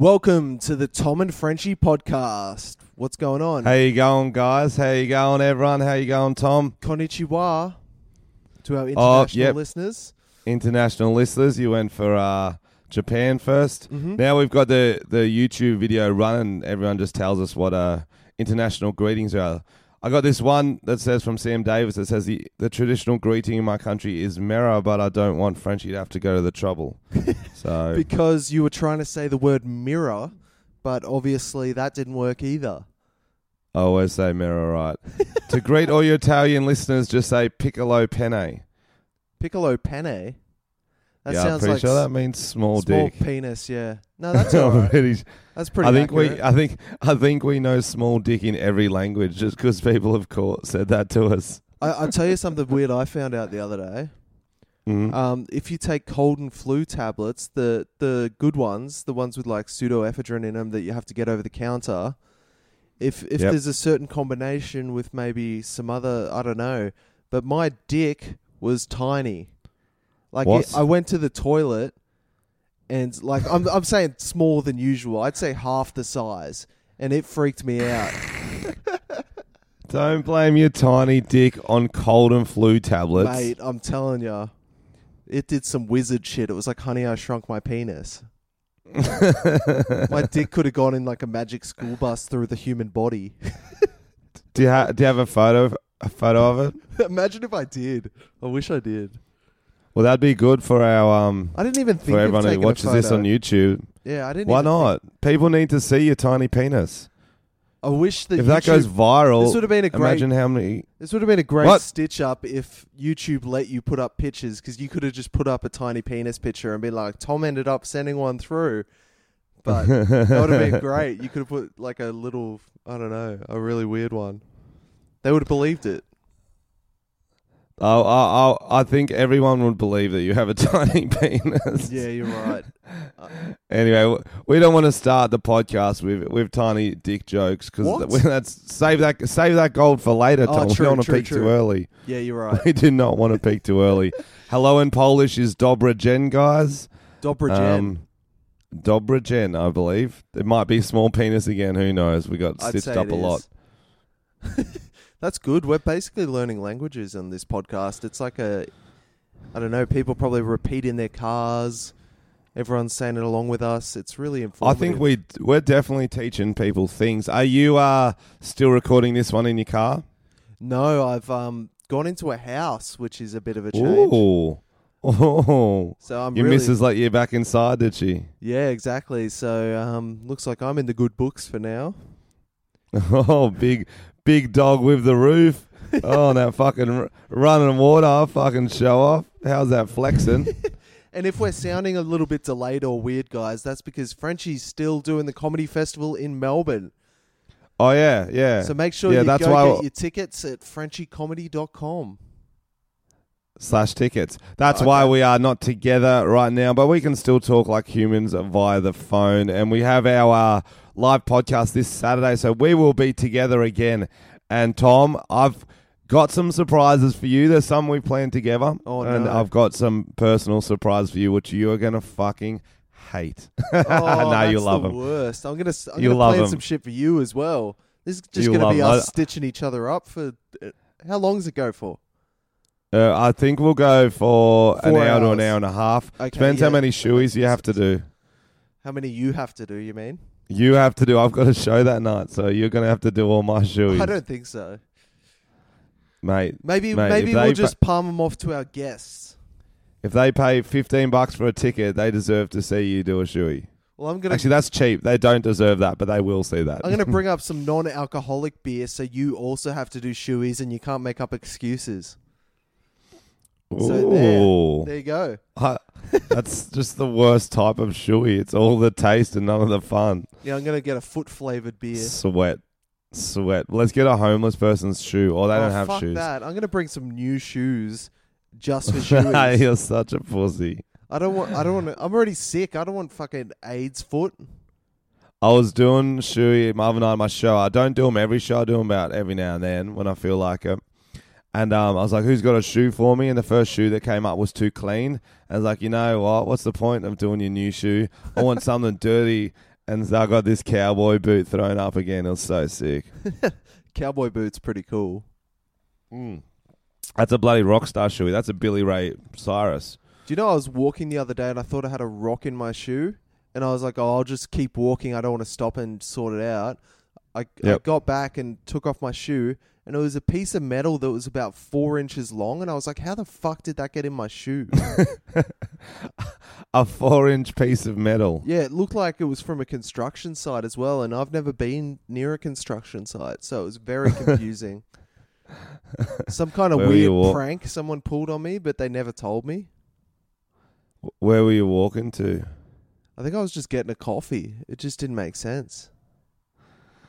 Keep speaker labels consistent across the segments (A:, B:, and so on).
A: Welcome to the Tom and Frenchie podcast. What's going on?
B: How you going, guys? How you going, everyone? How you going, Tom?
A: Konnichiwa to our international
B: Oh, yep.
A: listeners.
B: International listeners, you went for uh, Japan 1st
A: Mm-hmm.
B: Now we've got the, the YouTube video running. Everyone just tells us what uh, international greetings are. I got this one that says from Sam Davis that says the, the traditional greeting in my country is Mera, but I don't want Frenchie to have to go to the trouble. So
A: Because you were trying to say the word mirror, but obviously that didn't work either.
B: I always say Mera, right? to greet all your Italian listeners, just say Piccolo Penne.
A: Piccolo penne. That
B: yeah, I'm
A: sounds
B: pretty
A: like
B: sure
A: s-
B: that means small,
A: small
B: dick.
A: penis, yeah. No, that's all right.
B: Already-
A: That's pretty
B: I think we,
A: accurate.
B: I think, I think we know small dick in every language just because people have caught said that to us.
A: I, I'll tell you something weird I found out the other day.
B: Mm.
A: Um, if you take cold and flu tablets, the the good ones, the ones with like pseudoephedrine in them that you have to get over the counter, if if
B: Yep.
A: there's a certain combination with maybe some other, I don't know, but my dick was tiny. Like
B: What?
A: it- I went to the toilet, and like I'm I'm saying smaller than usual. I'd say half the size, and it freaked me out.
B: Don't blame your tiny dick on cold and flu tablets.
A: Mate, I'm telling ya, it did some wizard shit. It was like, honey, I shrunk my penis. my dick could have gone in like a magic school bus through the human body.
B: Do you, ha- do you have a photo of a photo of it?
A: Imagine if I did. I wish I did.
B: Well, that'd be good for our um
A: I didn't even think
B: for
A: of
B: everyone who
A: taking a
B: watches this
A: photo.
B: on YouTube.
A: Yeah, I didn't.
B: Why
A: even think-
B: not? People need to see your tiny penis.
A: I wish that
B: if that
A: YouTube-
B: goes viral,
A: This would have been a great.
B: imagine how many.
A: this would have been a great
B: What?
A: stitch up if YouTube let you put up pictures because you could have just put up a tiny penis picture and be like, Tom ended up sending one through, but That would have been great. You could have put like a little, I don't know, a really weird one. They would have believed it.
B: Oh, oh, oh, I think everyone would believe that you have a tiny penis.
A: you're right. Uh,
B: Anyway, w- we don't want to start the podcast with with tiny dick jokes
A: What?
B: because that's save that save that gold for later.
A: Oh,
B: Tom, we
A: true,
B: don't want to
A: true,
B: peak
A: true.
B: too early.
A: Yeah, you're right.
B: We do not want to peak too early. Hello in Polish is Dobra Gen, guys. Um,
A: Dobra Jen.
B: Dobra Gen, I believe. It might be small penis again. Who knows? We got
A: I'd
B: stitched
A: say
B: up
A: it
B: a lot.
A: is. That's good. We're basically learning languages on this podcast. It's like a, I don't know, people probably repeat in their cars. Everyone's saying it along with us. It's really
B: I
A: informative.
B: think we we're definitely teaching people things. Are you uh still recording this one in your car?
A: No, I've um gone into a house, which is a bit of a change.
B: Ooh. Oh.
A: So I'm
B: Your
A: really
B: missus let you back inside, did she?
A: yeah, exactly. So um, looks like I'm in the good books for now.
B: Oh, big, big dog with the roof. Oh, that fucking r- running water, fucking show off. How's that flexing?
A: And if we're sounding a little bit delayed or weird, guys, that's because Frenchie's still doing the comedy festival in Melbourne.
B: Oh yeah, yeah.
A: So make sure
B: Yeah,
A: you
B: that's
A: go
B: why-
A: get your tickets at frenchiecomedy.com.
B: Slash tickets. That's
A: Okay.
B: why we are not together right now, but we can still talk like humans via the phone. And we have our uh, live podcast this Saturday, so we will be together again. And Tom, I've got some surprises for you. There's some we planned together,
A: Oh,
B: and
A: no.
B: I've got some personal surprise for you, which you are gonna fucking hate.
A: Oh,
B: no,
A: that's
B: you love
A: the
B: them.
A: worst. I'm gonna s- I'm
B: You
A: gonna
B: love
A: plan
B: 'em.
A: some shit for you as well. This is just
B: You
A: gonna be
B: love 'em.
A: us stitching each other up for uh, how long does it go for?
B: Uh, I think we'll go for an
A: Four
B: hour to
A: hours.
B: an hour and a half.
A: Okay,
B: Depends
A: yeah.
B: how many shoeys you have to do.
A: How many you have to do? You mean?
B: You have to do. I've got a show that night, so you're gonna have to do all my shoeys,
A: I don't think so.
B: mate.
A: Maybe
B: Mate,
A: maybe
B: if
A: we'll
B: they-
A: just palm them off to our guests.
B: If they pay fifteen bucks for a ticket, they deserve to see you do a shoey.
A: Well, I'm gonna
B: Actually, that's cheap. They don't deserve that, but they will see that.
A: I'm going to bring up some non alcoholic beer so you also have to do shoeies and you can't make up excuses. So there.
B: Ooh,
A: There you go.
B: I- that's just the worst type of shoey. It's all the taste and none of the fun.
A: Yeah, I'm going to get a foot flavored beer.
B: Sweat, sweat. Let's get a homeless person's shoe. Or they
A: Oh,
B: don't have
A: fuck
B: shoes.
A: that. I'm going to bring some new shoes just for shoeies.
B: You're such a pussy.
A: I don't want I don't want to, I'm already sick. I don't want fucking AIDS foot.
B: I was doing shoey my other night at my show. I don't do them every show. I do them about every now and then when I feel like it. And um, I was like, "Who's got a shoe for me?" And the first shoe that came up was too clean. I was like, "You know what? What's the point of doing your new shoe? I want something dirty and I got this cowboy boot thrown up again. It was so sick.
A: Cowboy boots, pretty cool.
B: Mm. That's a bloody rock star shoey. That's a Billy Ray Cyrus.
A: Do you know I was walking the other day and I thought I had a rock in my shoe, and I was like, "Oh, I'll just keep walking. I don't want to stop and sort it out." I, I
B: Yep.
A: got back and took off my shoe, and it was a piece of metal that was about four inches long, and I was like, "How the fuck did that get in my shoe?"
B: A four-inch piece of metal.
A: yeah, it looked like it was from a construction site as well, and I've never been near a construction site, so it was very confusing. Some kind of
B: Where were you
A: weird
B: walk-
A: prank someone pulled on me, but they never told me.
B: Where were you walking to?
A: I think I was just getting a coffee. It just didn't make sense.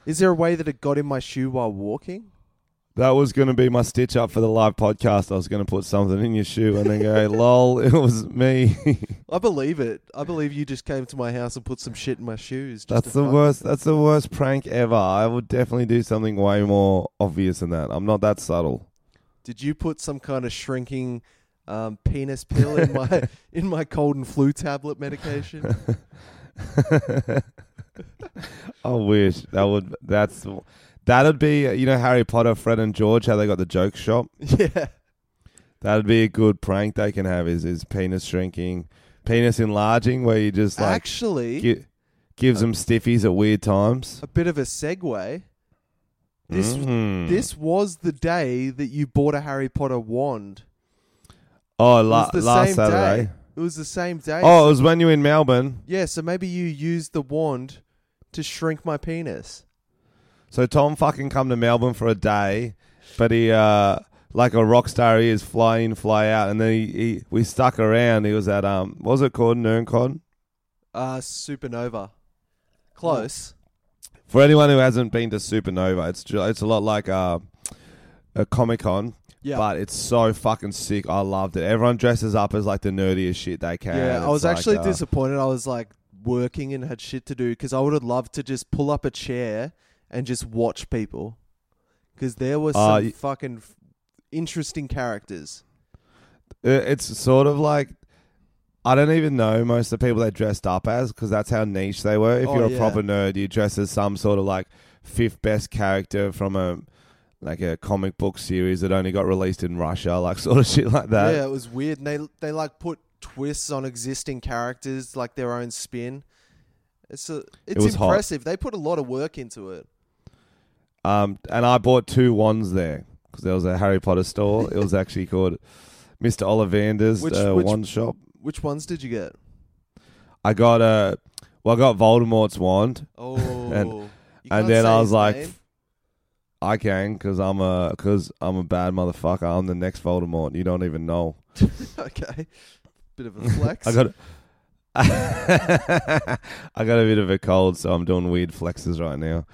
A: Is there a way that it got in my shoe while walking?
B: That was going to be my stitch up for the live podcast. I was going to put something in your shoe and then go, lol, it was me.
A: I believe it. I believe you just came to my house and put some shit in my shoes. Just
B: that's
A: to
B: the
A: fuck-
B: worst. That's the worst prank ever. I would definitely do something way more obvious than that. I'm not that subtle.
A: Did you put some kind of shrinking um, penis pill in my in my cold and flu tablet medication?
B: I wish that would. That's that'd be you know Harry Potter, Fred and George, how they got the joke shop.
A: yeah.
B: That'd be a good prank they can have. Is is penis shrinking, penis enlarging, where you just like
A: Actually,
B: gi- gives them stiffies at weird times.
A: a bit of a segue. This
B: Mm.
A: this was the day that you bought a Harry Potter wand.
B: oh
A: It
B: la-
A: was the
B: last
A: same
B: Saturday.
A: day. It was the same day.
B: Oh, it was when you were in Melbourne.
A: Yeah, so maybe you used the wand to shrink my penis.
B: So Tom fucking come to Melbourne for a day, but he uh like a rock star he is fly in, fly out, and then he, he we stuck around. He was at um what was it called Nerncon?
A: Uh supernova. Close.
B: Mm. For anyone who hasn't been to Supernova, it's ju- it's a lot like uh, a Comic Con,
A: Yeah.
B: but it's so fucking sick. I loved it. Everyone dresses up as like the nerdiest shit they can.
A: yeah, I
B: It's
A: was
B: like,
A: actually
B: uh,
A: disappointed. I was like working and had shit to do because I would have loved to just pull up a chair and just watch people. Because there were
B: Uh,
A: some
B: y-
A: fucking f- interesting characters.
B: Uh, It's sort of like I don't even know most of the people they dressed up as because that's how niche they were. If
A: Oh,
B: you're a
A: yeah.
B: proper nerd, you dress as some sort of like fifth best character from a like a comic book series that only got released in Russia, like sort of shit like that.
A: yeah, it was weird. And they they like put twists on existing characters, like their own spin. It's a, it's
B: was hot.
A: impressive. They put a lot of work into it.
B: Um, and I bought two wands there because there was a Harry Potter store. it was actually called Mr. Ollivander's
A: Which-
B: uh,
A: which-
B: wand shop.
A: Which ones did you get?
B: I got a well, I got Voldemort's wand.
A: Oh, You can't
B: and then I
A: say
B: was
A: his
B: like,
A: name.
B: I can because I'm a because I'm a bad motherfucker. I'm the next Voldemort. You don't even know.
A: okay, bit of a flex.
B: I got. I got a bit of a cold, so I'm doing weird flexes right now.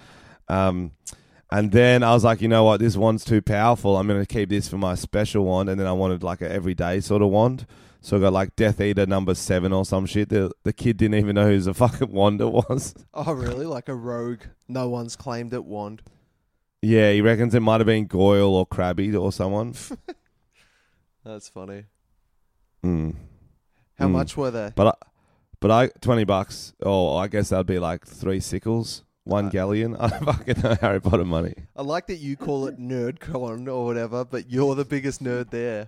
B: Um, and then I was like, you know what, this one's too powerful. I'm gonna keep this for my special wand, and then I wanted like an everyday sort of wand. So I got like Death Eater number seven or some shit. The the kid didn't even know who's a fucking wand it was.
A: oh, really? Like a rogue? No one's claimed it. Wand.
B: Yeah, he reckons it might have been Goyle or Krabby or someone.
A: That's funny.
B: Mm.
A: How
B: Mm.
A: much were they?
B: But I, but I twenty bucks. Oh, I guess that'd be like three sickles, one
A: Uh,
B: galleon. I don't fucking know Harry Potter money.
A: I like that you call it nerdcon or whatever, but you're the biggest nerd there.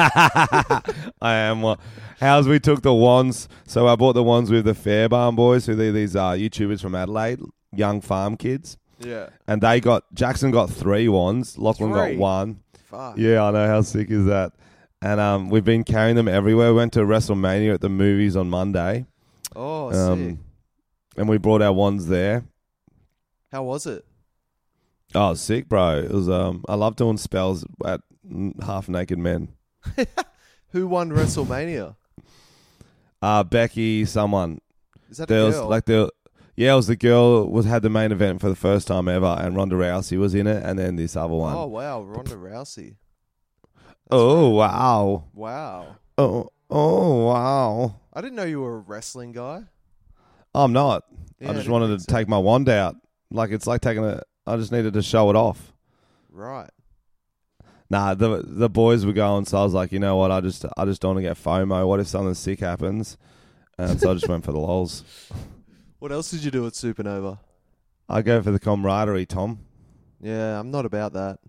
B: I am. one. How's we took the wands? So I bought the wands with the Fairbairn boys, who they're these uh, YouTubers from Adelaide, young farm kids,
A: Yeah.
B: and they got Jackson got three wands, Lachlan
A: Three?
B: got one.
A: Fuck.
B: Yeah, I know. How sick is that? And um, we've been carrying them everywhere. We went to WrestleMania at the movies on Monday,
A: Oh, sick.
B: um, and we brought our wands there.
A: How was it?
B: Oh, sick, bro! It was. Um, I love doing spells at half naked men.
A: Who won WrestleMania?
B: Uh Becky, someone.
A: Is that
B: There
A: a
B: was
A: girl?
B: like the. Yeah, it was the girl was had the main event for the first time ever, and Ronda Rousey was in it, and then this other one.
A: Oh wow, Ronda Rousey.
B: Oh, wow!
A: Wow.
B: Oh, oh wow!
A: I didn't know you were a wrestling guy.
B: I'm not.
A: Yeah,
B: I just
A: didn't
B: wanted
A: think
B: to
A: so.
B: take my wand out. Like it's like taking a. I just needed to show it off.
A: Right.
B: Nah, the the boys were going, so I was like, you know what? I just I just don't want to get FOMO. What if something sick happens? And so I just went for the lols.
A: What else did you do at Supernova?
B: I go for the camaraderie, Tom.
A: Yeah, I'm not about that.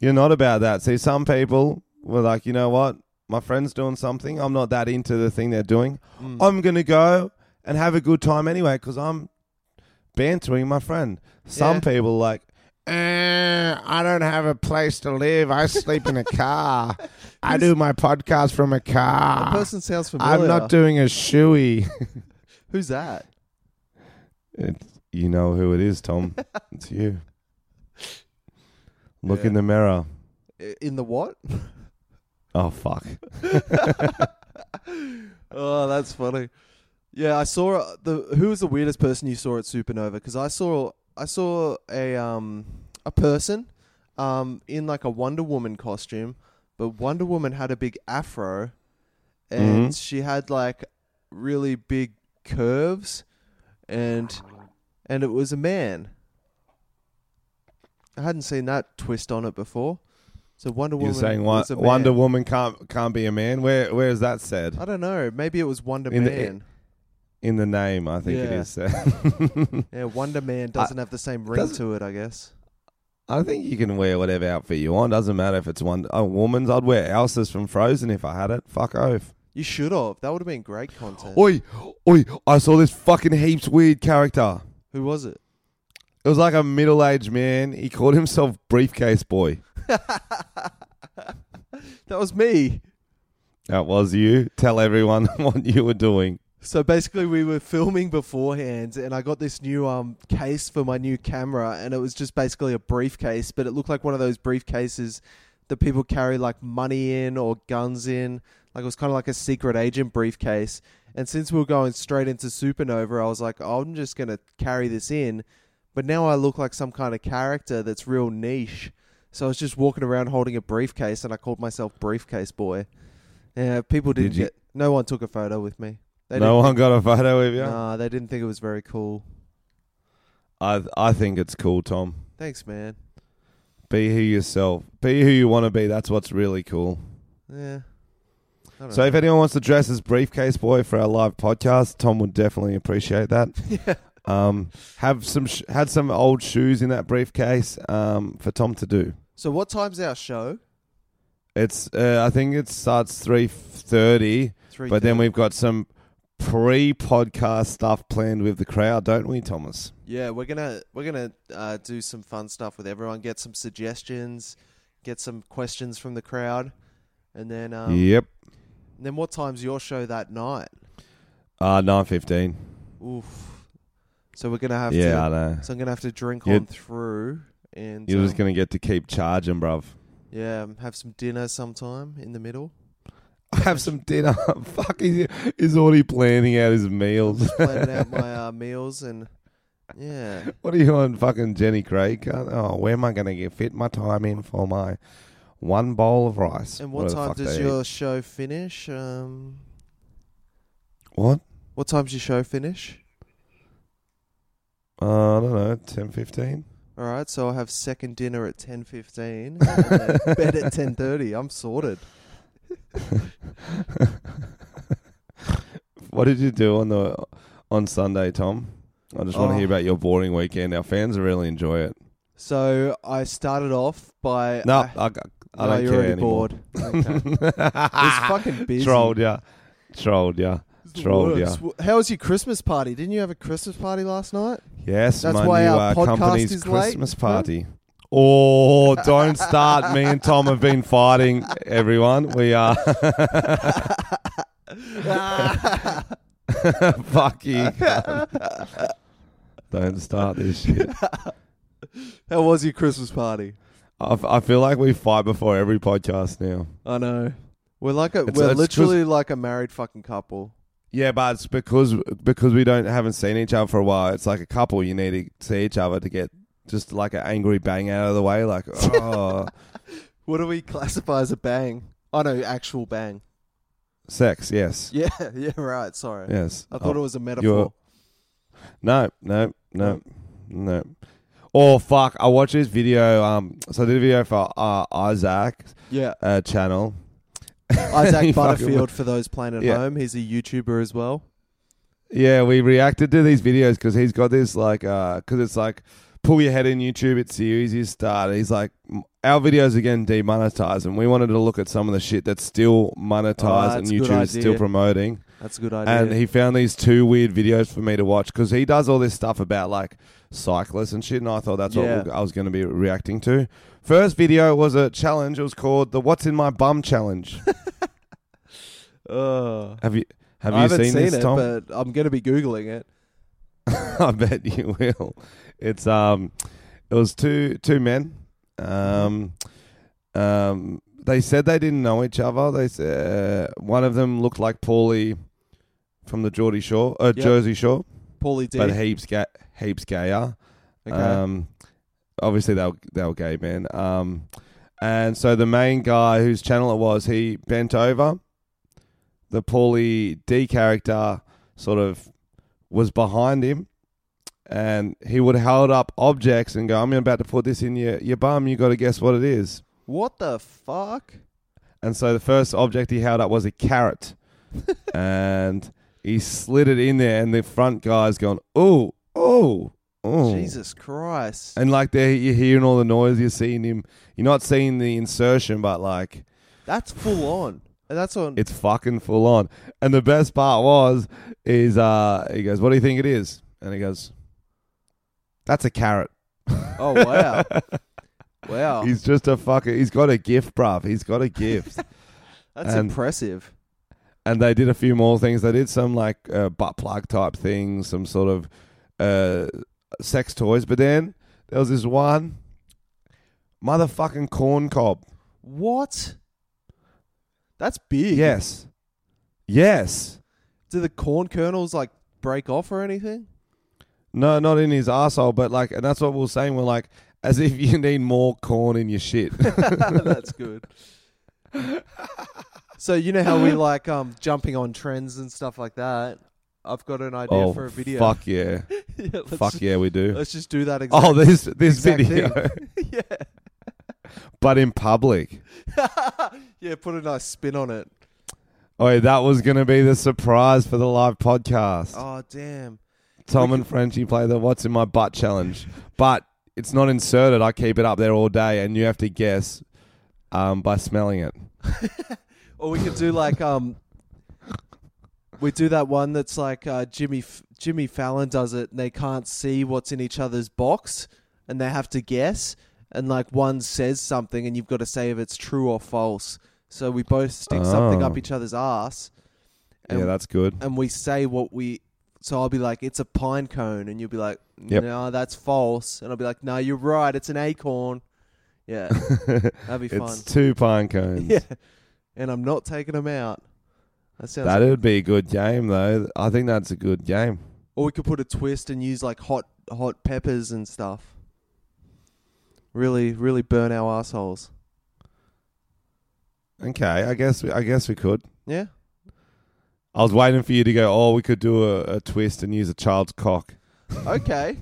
B: You're not about that. See, some people were like, you know what? My friend's doing something. I'm not that into the thing they're doing.
A: Mm.
B: I'm going to go and have a good time anyway because I'm bantering my friend. Some
A: Yeah.
B: people are like, eh, I don't have a place to live. I sleep in a car. I do my podcast from a
A: That
B: car.
A: person sounds familiar.
B: I'm not doing a shoey.
A: Who's that?
B: It's, you know who it is, Tom. it's you. Look
A: Yeah.
B: in the mirror.
A: I- In the what?
B: Oh fuck.
A: oh, that's funny. Yeah, I saw uh, the who was the weirdest person you saw at Supernova because I saw I saw a um a person um in like a Wonder Woman costume, but Wonder Woman had a big afro and
B: Mhm.
A: she had like really big curves and and it was a man. I hadn't seen that twist on it before. So Wonder Woman
B: You're saying Wo-
A: was a man.
B: Wonder Woman can't can't be a man. Where where is that said?
A: I don't know. Maybe it was Wonder
B: In the-
A: Man.
B: In the name, I think it
A: Yeah.
B: is said.
A: yeah, Wonder Man doesn't have the same ring
B: doesn't-
A: to it, I guess.
B: I think you can wear whatever outfit you want. Doesn't matter if it's one a woman's. I'd wear Elsa's from Frozen if I had it. Fuck off.
A: You should have. That would have been great content.
B: Oi, oi! I saw this fucking heaps weird character.
A: Who was it?
B: It was like a middle aged man. He called himself Briefcase Boy.
A: That was me.
B: That was you. Tell everyone what you were doing.
A: So basically, we were filming beforehand, and I got this new um case for my new camera, and it was just basically a briefcase, but it looked like one of those briefcases that people carry like money in or guns in. Like it was kind of like a secret agent briefcase. And since we were going straight into Supernova, I was like, oh, I'm just gonna carry this in. But now I look like some kind of character that's real niche. So I was just walking around holding a briefcase, and I called myself Briefcase Boy. Yeah, people didn't
B: Did you-
A: get. No one took a photo with me. They
B: no one got a photo with you.
A: Nah, they didn't think it was very cool.
B: I I think it's cool, Tom.
A: Thanks, man.
B: Be who yourself. Be who you want to be. That's what's really cool.
A: Yeah. I don't
B: So
A: know.
B: if anyone wants to dress as briefcase boy for our live podcast, Tom would definitely appreciate that.
A: yeah.
B: Um, have some sh- had some old shoes in that briefcase um, for Tom to do.
A: So what time's our show?
B: It's uh, I think it starts three thirty,
A: Three.
B: but then
A: thirty.
B: we've got some pre-podcast stuff planned with the crowd, don't we, Thomas?
A: yeah we're gonna we're gonna uh, do some fun stuff with everyone. Get some suggestions, get some questions from the crowd, and then um,
B: yep.
A: and then what time's your show that night?
B: Uh, nine fifteen.
A: Oof. So we're gonna have
B: Yeah,
A: to.
B: I know.
A: So I'm gonna have to drink
B: You-
A: on through and
B: You're
A: um,
B: just gonna get to keep charging, bruv.
A: yeah have some dinner sometime in the middle.
B: Have some dinner. Fuck, he's, he's already planning out his meals.
A: Planning out my uh, meals and yeah.
B: What are you on, fucking Jenny Craig? Oh, where am I going to get fit my time in for my one bowl of rice?
A: And what
B: Whatever the
A: time
B: fuck
A: does
B: they
A: your
B: eat.
A: show finish? Um,
B: what?
A: what time's your show finish?
B: Uh, I don't know, ten fifteen.
A: All right, so I have second dinner at ten fifteen, bed at ten thirty. I'm sorted.
B: What did you do on the on Sunday, Tom? I just want
A: Oh.
B: to hear about your boring weekend. Our fans really enjoy it.
A: So I started off by
B: No,
A: I,
B: I, I,
A: no,
B: don't
A: you're
B: care
A: already
B: anymore.
A: bored. Okay. it's fucking busy.
B: Trolled ya. Trolled ya.
A: It's the
B: trolled,
A: worst. How was your Christmas party? Didn't you have a Christmas party last night?
B: Yes,
A: That's
B: my
A: why
B: new
A: our
B: uh,
A: podcast
B: company's
A: is late,
B: Christmas
A: huh?
B: party. Oh, don't start. Me and Tom have been fighting, everyone. We are. Fuck you. cunt. don't start this shit.
A: How was your Christmas party?
B: I, f- I feel like we fight before every podcast now.
A: I know. We're like a,
B: It's-
A: we're
B: it's
A: literally like a married fucking couple.
B: Yeah, but it's because because we don't haven't seen each other for a while. It's like a couple. You need to see each other to get just like an angry bang out of the way. Like, oh,
A: What do we classify as a bang? Oh no, actual bang.
B: sex. Yes,
A: Yeah, yeah, right. Sorry,
B: yes.
A: I thought
B: Oh.
A: it was a metaphor.
B: No, no, no, no. Oh fuck! I watched this video. Um, so I did a video for uh, Isaac
A: Yeah,
B: uh, channel. He
A: Isaac
B: fucking-
A: Butterfield for those playing at
B: Yeah.
A: home. He's a YouTuber as well.
B: Yeah, we reacted to these videos because he's got this like, because it's like pull your head in YouTube. It's the easiest start. He's like, "M- our videos are getting demonetized, and we wanted to look at some of the shit that's still monetized
A: that's
B: and
A: Ah, a good
B: YouTube is still
A: idea.
B: promoting.
A: That's a good idea.
B: And he found these two weird videos for me to watch because he does all this stuff about like cyclists and shit. And I thought that's
A: Yeah.
B: what I was going to be reacting to. First video was a challenge. It was called the "What's in My Bum" challenge.
A: Ugh.
B: have you have
A: I
B: you
A: haven't
B: seen, this,
A: it,
B: Tom?
A: but I'm gonna be googling it.
B: I bet you will. It's um, it was two two men. Um, um, they said they didn't know each other. They said uh, one of them looked like Paulie from the Geordie Shore, uh,
A: Yep.
B: Jersey Shore,
A: Paulie D.
B: but heaps ga- heaps gayer.
A: okay.
B: Um, obviously they were, they were gay men. Um, and so the main guy whose channel it was, he bent over. The Paulie D character sort of was behind him, and he would hold up objects and go, "I'm about to put this in your your bum. You got to guess what it is."
A: what the fuck?
B: And so the first object he held up was a carrot, and he slid it in there, and the front guy's going, "Oh, oh, oh!"
A: Jesus Christ.
B: And like there, you're hearing all the noise. You're seeing him. You're not seeing the insertion, but like
A: That's full on. And That's on.
B: it's fucking full on. And the best part was, is uh, he goes, "What do you think it is?" And he goes, "That's a carrot."
A: oh wow, wow.
B: He's just a fucking. He's got a gift, bruv. He's got a gift.
A: That's
B: and-
A: impressive.
B: and they did a few more things. They did some like uh, butt plug type things, some sort of uh, sex toys. But then there was this one motherfucking corn cob.
A: What? That's big.
B: Yes. Yes.
A: Do the corn kernels like break off or anything?
B: No, not in his asshole, but like, and that's what we we're saying. We're like, as if you need more corn in your shit.
A: That's good. so you know how we like um jumping on trends and stuff like that. I've got an idea
B: oh,
A: for a video.
B: fuck yeah,
A: yeah, let's
B: fuck
A: just,
B: yeah, we do.
A: Let's just do that. Exact,
B: Oh, this this
A: exact
B: video,
A: thing. yeah,
B: but in public.
A: yeah. Put a nice spin on it.
B: Oh, yeah, that was gonna be the surprise for the live podcast.
A: Oh damn.
B: Tom and Frenchie play the "What's in My Butt" challenge, but it's not inserted. I keep it up there all day, and you have to guess um, by smelling it.
A: Or we could do like um, we do that one that's like uh, Jimmy F- Jimmy Fallon does it, and they can't see what's in each other's box, and they have to guess, and like one says something, and you've got to say if it's true or false. So we both stick something
B: Oh.
A: up each other's ass, and,
B: Yeah, that's good.
A: and we say what we. So I'll be like, it's a pine cone, and you'll be like,
B: Yep.
A: no, that's false, and I'll be like, no, you're right, it's an acorn. Yeah, that'd be fun.
B: It's two pine cones.
A: Yeah. And I'm not taking them out. That sounds.
B: That would be a good game, though. I think that's a good game.
A: or we could put a twist and use like hot hot peppers and stuff. Really, really burn our assholes.
B: Okay, I guess we, I guess we could.
A: Yeah.
B: I was waiting for you to go. Oh, we could do a, a twist and use a child's cock.
A: Okay.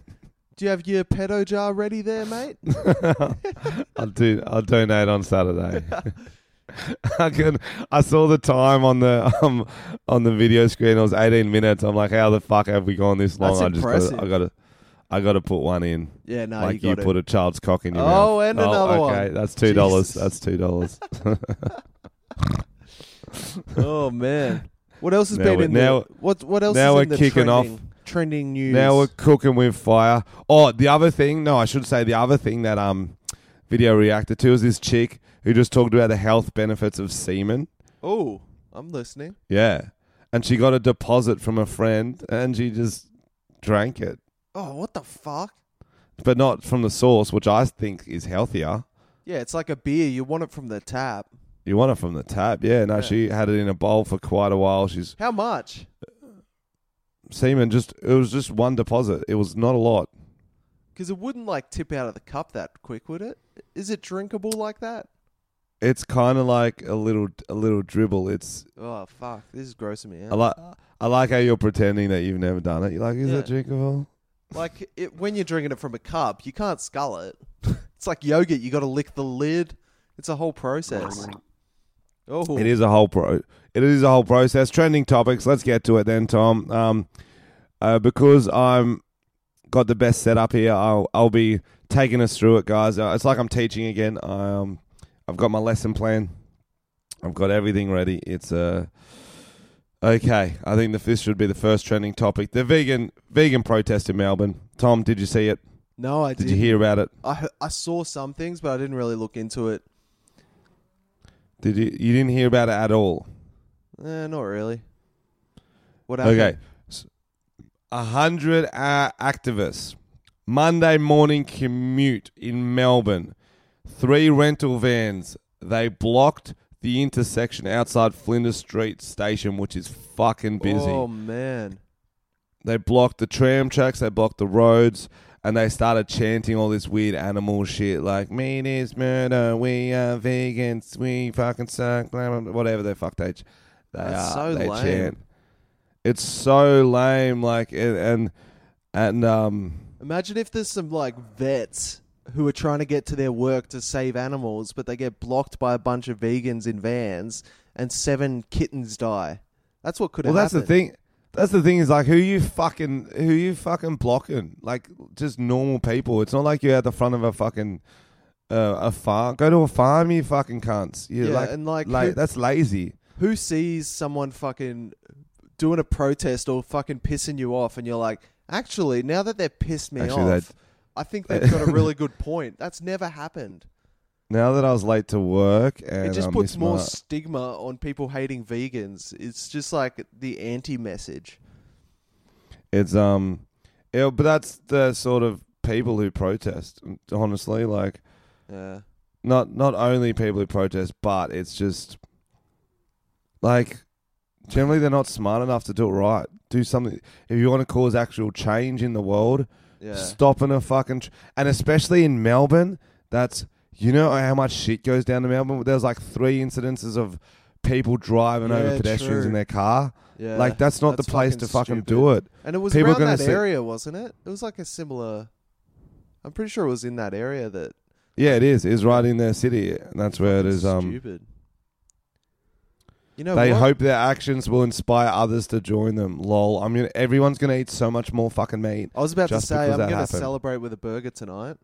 A: Do you have your pedo jar ready there, mate?
B: I'll do. I'll donate on Saturday. I can. I saw the time on the um on the video screen. It was 18 minutes. I'm like, how the fuck have we gone this long?
A: That's
B: I just gotta,
A: impressive.
B: I got to I got to put one in.
A: Yeah, no,
B: like
A: you
B: you,
A: got it.
B: put a child's cock in your
A: Oh,
B: mouth.
A: and another one.
B: okay, that's two dollars.
A: Jesus.
B: That's two dollars.
A: oh man. What else has
B: Now
A: been
B: we-
A: in
B: now-
A: the what what else
B: now
A: is
B: we're
A: in the
B: kicking off.
A: trending, trending news?
B: Now we're cooking with fire. Oh, the other thing. No, I should say the other thing that um video reacted to is this chick who just talked about the health benefits of semen.
A: Oh, I'm listening.
B: Yeah, and she got a deposit from a friend, and she just drank it,
A: Oh, what the fuck?
B: but not from the source, which I think is healthier.
A: Yeah, it's like a beer. You want it from the tap.
B: You want it from the tap, yeah. No, she had it in a bowl for quite a while. She's
A: How much?
B: semen. Just it was just one deposit. It was not a lot.
A: Because it wouldn't like tip out of the cup that quick, would it? Is it drinkable like that?
B: It's kind of like a little a little dribble. It's
A: Oh fuck, this is grossing me
B: I
A: out.
B: like I like how you're pretending that you've never done it. You're like, is
A: Yeah.
B: it drinkable?
A: Like it, when you're drinking it from a cup, you can't scull it. It's like yogurt; you got to lick the lid. It's a whole process. Oh,
B: It is a whole pro. It is a whole process. Trending topics. Let's get to it then, Tom. Um, Uh, because I'm got the best setup here, I'll I'll be taking us through it, guys. Uh, it's like I'm teaching again. I, um, I've got my lesson plan. I've got everything ready. It's uh, okay. I think the this should be the first trending topic. The vegan vegan protest in Melbourne. Tom, did you see it?
A: No, I
B: Did
A: did.
B: you hear about it?
A: I he- I saw some things, but I didn't really look into it.
B: Did you? You didn't hear about it at all.
A: Eh, not really. What happened?
B: Okay. S- A hundred uh, activists. Monday morning commute in Melbourne. Three rental vans. They blocked the intersection outside Flinders Street station, which is fucking busy.
A: Oh man.
B: They blocked the tram tracks. They blocked the roads. And they started chanting all this weird animal shit like "meat is murder, we are vegans, we fucking suck," blah, blah, blah, whatever the fuck they ch- they
A: That's
B: are.
A: so
B: they
A: lame.
B: chant. It's so lame. Like and and, and um,
A: Imagine if there's some like vets who are trying to get to their work to save animals, but they get blocked by a bunch of vegans in vans, and seven kittens die. That's what could
B: well,
A: have
B: that's the
A: happened.
B: thing. That's the thing is like who you fucking who you fucking blocking? Like just normal people. It's not like you're at the front of a fucking uh, a farm. Go to a farm, you fucking cunts. You
A: yeah,
B: like
A: and like,
B: like
A: who,
B: that's lazy.
A: who sees someone fucking doing a protest or fucking pissing you off, and you're like, actually, now that they've pissed me
B: Actually,
A: off,
B: they-
A: I think they've got a really good point. That's never happened.
B: Now that I was late to work, and
A: it just
B: I
A: puts
B: missed
A: more
B: my-
A: stigma on people hating vegans. It's just like the anti-message.
B: it's um, yeah, but that's the sort of people who protest. Honestly, like
A: Yeah.
B: not not only people who protest, but it's just like generally they're not smart enough to do it right. Do something if you want to cause actual change in the world.
A: Yeah.
B: Stopping a fucking tr- and especially in Melbourne, that's you know how much shit goes down to Melbourne. There's like three incidences of people driving over
A: Yeah,
B: pedestrians
A: true.
B: in their car.
A: Yeah.
B: Like that's not
A: That's
B: the place
A: fucking
B: to fucking
A: stupid.
B: do it.
A: and it was
B: people are
A: around
B: gonna
A: that
B: say-
A: area, wasn't it? It was like a similar. I'm pretty sure it was in that area that
B: Yeah, it is. It's right in their city. And that's where it
A: Fucking
B: is. Um,
A: stupid. You know
B: they
A: what?
B: hope their actions will inspire others to join them. Lol. I mean, everyone's gonna eat so much more fucking meat.
A: I was about to
B: just
A: say I'm
B: because that
A: going to
B: happened.
A: celebrate with a burger tonight.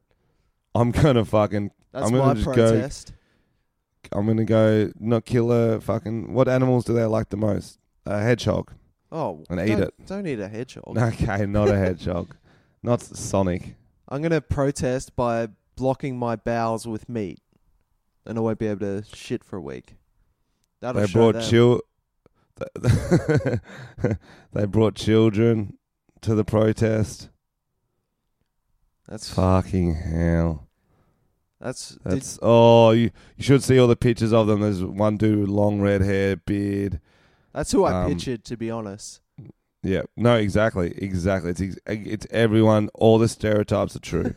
B: I'm gonna fucking.
A: That's
B: I'm gonna
A: my
B: just go-
A: protest.
B: I'm gonna go not kill a fucking. What animals do they like the most? A hedgehog.
A: Oh,
B: and
A: don't,
B: eat it.
A: Don't eat a hedgehog.
B: Okay, not a hedgehog. Not Sonic.
A: I'm going to protest by blocking my bowels with meat, and I won't be able to shit for a week. That'll
B: They
A: show them.
B: brought chil. they brought children to the protest.
A: That's
B: Fucking hell.
A: that's. Did,
B: That's oh, you, you should see all the pictures of them. There's one dude with long red hair, beard.
A: that's who I
B: um,
A: pictured, to be honest.
B: Yeah, no, exactly, exactly. It's ex- it's everyone. All the stereotypes are true.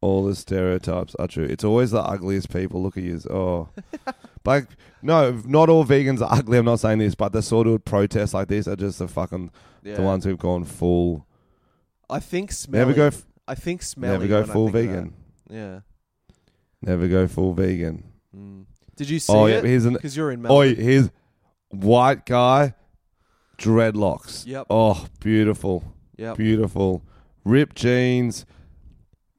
B: all the stereotypes are true. It's always the ugliest people. Look at you. Oh, like no, not all vegans are ugly. I'm not saying this, but the sort of protests like this are just the fucking
A: Yeah.
B: the ones who've gone full.
A: I think smelly.
B: Never go, f-
A: I think smelly.
B: never go
A: when I
B: full
A: think of
B: vegan.
A: that. Yeah.
B: Never go full vegan.
A: Mm. Did you see
B: oh yeah,
A: it?
B: here's an
A: Because you're in Melbourne.
B: Oi, here's white guy, dreadlocks.
A: Yep.
B: Oh, beautiful,
A: Yep.
B: beautiful. Ripped jeans,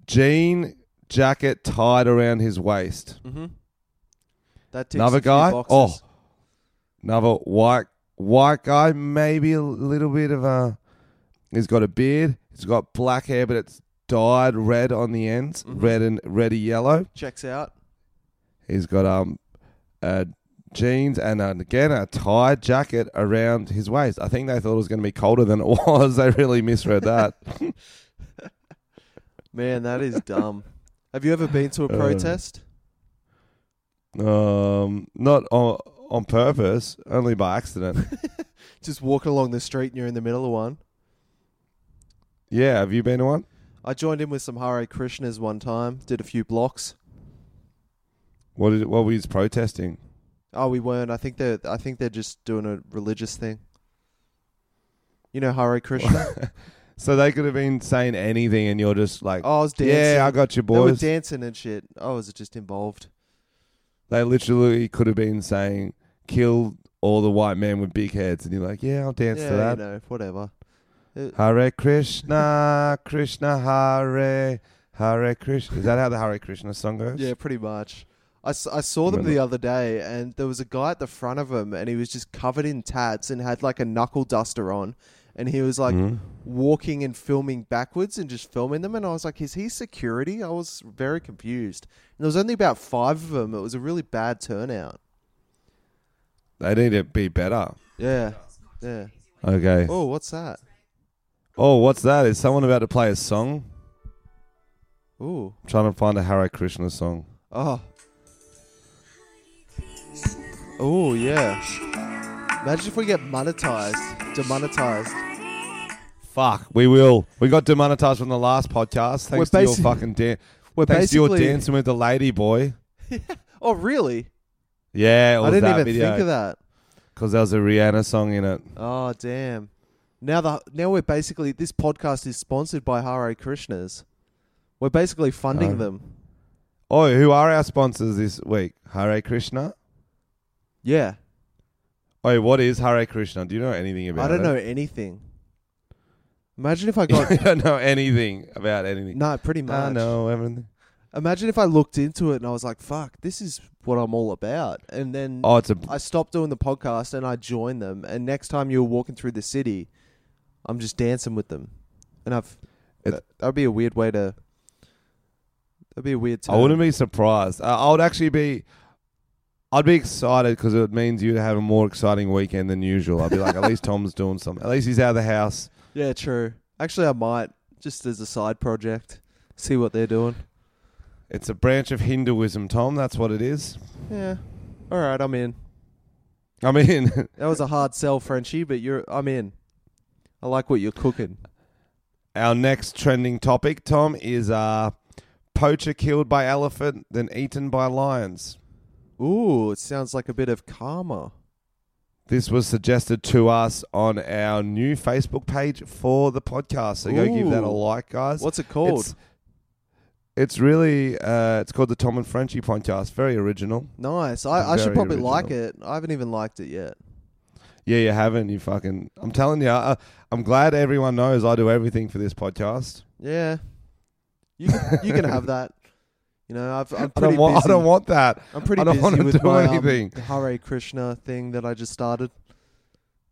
B: jean jacket tied around his waist.
A: Mm-hmm. That ticks
B: Another
A: a few
B: guy.
A: boxes.
B: Oh, another white white guy. Maybe a little bit of a. He's got a beard. He's got black hair, but it's dyed red on the ends,
A: Mhm.
B: red and reddy yellow.
A: checks out.
B: He's got um, uh, jeans and uh, again a tie jacket around his waist. I think they thought it was going to be colder than it was. They really misread that.
A: Man, that is dumb. Have you ever been to a
B: Uh,
A: protest?
B: um, not on, on purpose, only by accident.
A: Just walking along the street and you're in the middle of one.
B: Yeah, have you been to one?
A: I joined in with some Hare Krishnas one time. Did a few blocks.
B: What did what were you protesting?
A: Oh, we weren't. I think they're. I think they're just doing a religious thing. You know Hare Krishna.
B: So they could have been saying anything, and you're just like,
A: oh, I was dancing.
B: yeah, I got you,
A: they were
B: boys. They,
A: dancing and shit. I was just involved.
B: literally could have been saying, kill all the white men with big heads, and you're like, yeah, I'll dance
A: yeah,
B: to that.
A: you know, whatever. Uh,
B: Hare Krishna, Krishna Hare, Hare Krishna. Is that how the Hare Krishna song goes?
A: Yeah, pretty much. I, s- I saw them the other day, and there was a guy at the front of him, and he was just covered in tats and had like a knuckle duster on, and he was like walking and filming backwards and just filming them. And I was like, "Is he security?" I was very confused. And there was only about five of them. It was a really bad turnout.
B: They need to be better.
A: Yeah, yeah.
B: Okay.
A: Oh, what's that?
B: Oh, what's that? Is someone about to play a song?
A: Ooh,
B: I'm trying to find a Hare Krishna song.
A: oh, oh, yeah. Imagine if we get monetized, demonetized.
B: Fuck, we will. We got demonetized from the last podcast. Thanks
A: We're
B: to your
A: basi-
B: fucking dance.
A: We're
B: Thanks to your
A: basically-
B: dancing with the lady boy.
A: Oh, really?
B: Yeah, it was
A: I didn't
B: that
A: even
B: video.
A: think of that.
B: Because there was a Rihanna song in it.
A: Oh damn! Now the now we're basically this podcast is sponsored by Hare Krishnas. We're basically funding
B: Oh.
A: them.
B: Oh, who are our sponsors this week? Hare Krishna?
A: Yeah,
B: Oh, what is Hare Krishna? Do you know anything about
A: I
B: it?
A: don't know anything. Imagine if I
B: I
A: got
B: don't know anything about anything.
A: no, pretty much.
B: I know everything.
A: Imagine if I looked into it and I was like, "Fuck, this is what I'm all about," and then
B: Oh, it's a
A: I stopped doing the podcast and I joined them. And next time you're walking through the city, I'm just dancing with them, and I've
B: It-
A: that'd be a weird way to. That'd be a weird. Term.
B: I wouldn't be surprised. I, I would actually be. I'd be excited because it means you'd have a more exciting weekend than usual. I'd be like, at least Tom's doing something. At least he's out of the house.
A: Yeah, true. Actually, I might just as a side project see what they're doing.
B: It's a branch of Hinduism, Tom. That's what it is.
A: Yeah. All right, I'm in.
B: I mean,
A: That was a hard sell, Frenchie, but you're I'm in. I like what you're cooking.
B: our next trending topic, Tom, is uh, poacher killed by elephant, then eaten by lions.
A: Ooh, it sounds like a bit of karma.
B: This was suggested to us on our new Facebook page for the podcast. So go give that a
A: Ooh.
B: like, guys.
A: What's it called?
B: It's, it's really uh, it's called the Tom and Frenchie podcast. Very original.
A: nice. I, I should
B: very
A: probably
B: original.
A: like it. I haven't even liked it yet.
B: Yeah, you haven't. You fucking. I'm telling you. I, I'm glad everyone knows I do everything for this podcast.
A: Yeah. You can, you can have that. You know, I've, I'm
B: I
A: pretty
B: don't want.
A: busy.
B: I don't want that.
A: I'm pretty
B: I don't
A: busy
B: wanna
A: with
B: do
A: my
B: anything.
A: Um, Hare Krishna thing that I just started.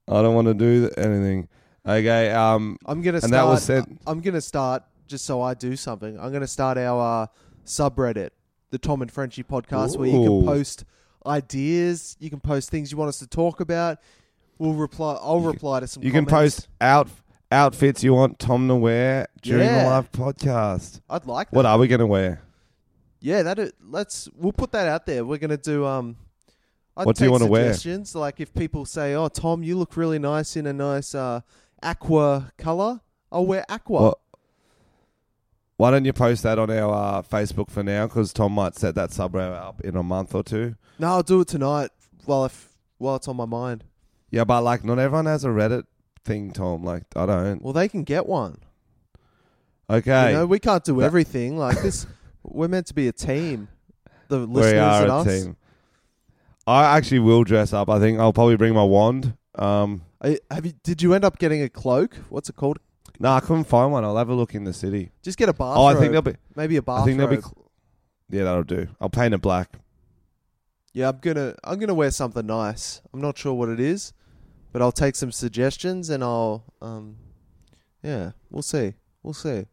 B: I don't want to do th- anything. Okay. Um.
A: I'm gonna
B: And
A: start.
B: that was said-
A: I- I'm gonna start just so I do something. I'm gonna start our uh, subreddit, the Tom and Frenchie podcast, where you
B: Ooh.
A: can post ideas. You can post things you want us to talk about. We'll reply. I'll reply to some.
B: You can
A: comments.
B: post out outfits you want Tom to wear during the
A: Yeah.
B: live podcast.
A: I'd like that.
B: What are we gonna wear?
A: Yeah, that. Let's. We'll put that out there. We're gonna do. Um, I'd
B: What do you
A: take
B: wanna wear?
A: Suggestions like if people say, "Oh, Tom, you look really nice in a nice uh, aqua color." I'll wear aqua.
B: What? Why don't you post that on our uh, Facebook for now? Because Tom might set that subreddit up in a month or two.
A: No, I'll do it tonight. While if while it's on my mind.
B: Yeah, but like not everyone has a Reddit thing, Tom. Like I don't.
A: Well, they can get one.
B: Okay,
A: You know, we can't do
B: That-
A: everything like this. We're meant to be a team. The listeners
B: we are
A: and
B: a
A: us.
B: team. I actually will dress up. I think I'll probably bring my wand. Um,
A: I- have you? Did you end up getting a cloak? What's it called?
B: no, I couldn't find one. I'll have a look in the city.
A: Just get a bathrobe.
B: Oh, I think they'll be.
A: maybe a bathrobe.
B: I think they'll be. cl- Yeah, that'll do. I'll paint it black.
A: yeah, I'm gonna I'm gonna wear something nice. I'm not sure what it is, but I'll take some suggestions and I'll um, yeah, we'll see, we'll see.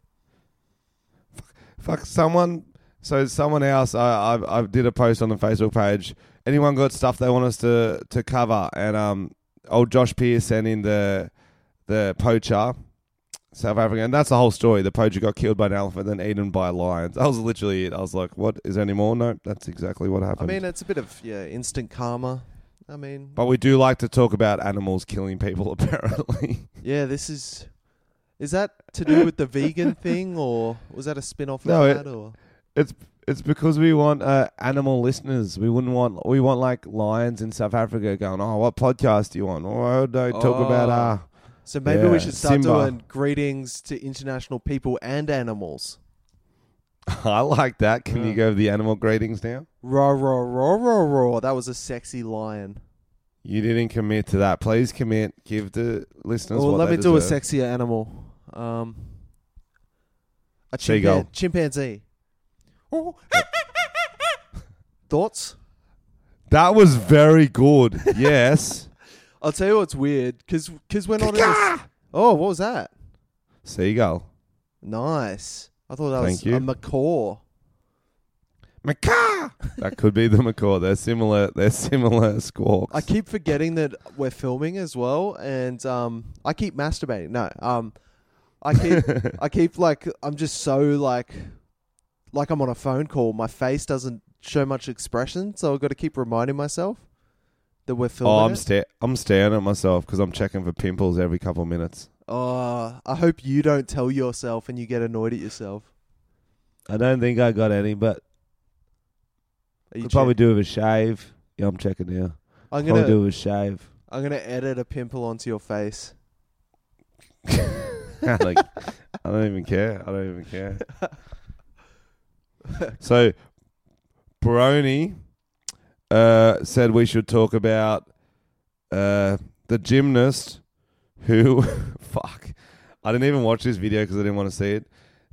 B: Fuck someone. So someone else. I I, I did a post on the Facebook page. Anyone got stuff they want us to to cover? And um, old Josh Pierce sent in the the poacher. South Africa, and that's the whole story. The poacher got killed by an elephant, then eaten by lions. That was literally it. I was like, "What is there any more?" No, that's exactly what
A: I
B: happened.
A: mean, it's a bit of yeah, instant karma. I mean,
B: but we do like to talk about animals killing people. Apparently,
A: yeah, this is. Is that to do with the vegan thing, or was that a spin-off of
B: No, it-
A: that? or
B: it's it's because we want uh, animal listeners. We wouldn't want we want like lions in South Africa going. Oh, what podcast do you want? Oh, don't talk about
A: Oh.
B: uh
A: So maybe we
B: Yeah,
A: should start
B: Simba.
A: doing greetings to international people and animals.
B: I like that. Can you
A: Yeah.
B: go with the animal greetings now?
A: Roar, roar, roar, roar, roar. That was a sexy lion.
B: You didn't commit to that. Please commit. Give the listeners.
A: well,
B: what
A: let
B: they
A: me do a
B: deserve.
A: sexier animal. Um, a
B: Seagull.
A: chimpan- chimpanzee. Ooh. Thoughts?
B: That was very good. Yes.
A: I'll tell you what's weird, because we're not. in a- oh, what was that?
B: Seagull.
A: Nice. I thought that was
B: Thank you.
A: a macaw.
B: Macaw. That could be the macaw. They're similar. They're similar squawks.
A: I keep forgetting that we're filming as well, and um, I keep masturbating. No, um, I keep I keep like I'm just so like like I'm on a phone call. My face doesn't show much expression, so I've got to keep reminding myself that we're filming.
B: oh, I'm
A: it.
B: sta- I'm staring at myself because I'm checking for pimples every couple of minutes.
A: Oh, I hope you don't tell yourself and you get annoyed at yourself.
B: I don't think I got any, but
A: Are you
B: do with a shave. Yeah, I'm checking now.
A: check- I'm gonna
B: with a shave.
A: I'm gonna edit a pimple onto your face.
B: like, I don't even care. I don't even care. so, Brony uh, said we should talk about uh, the gymnast who, fuck, I didn't even watch this video because I didn't want to see it.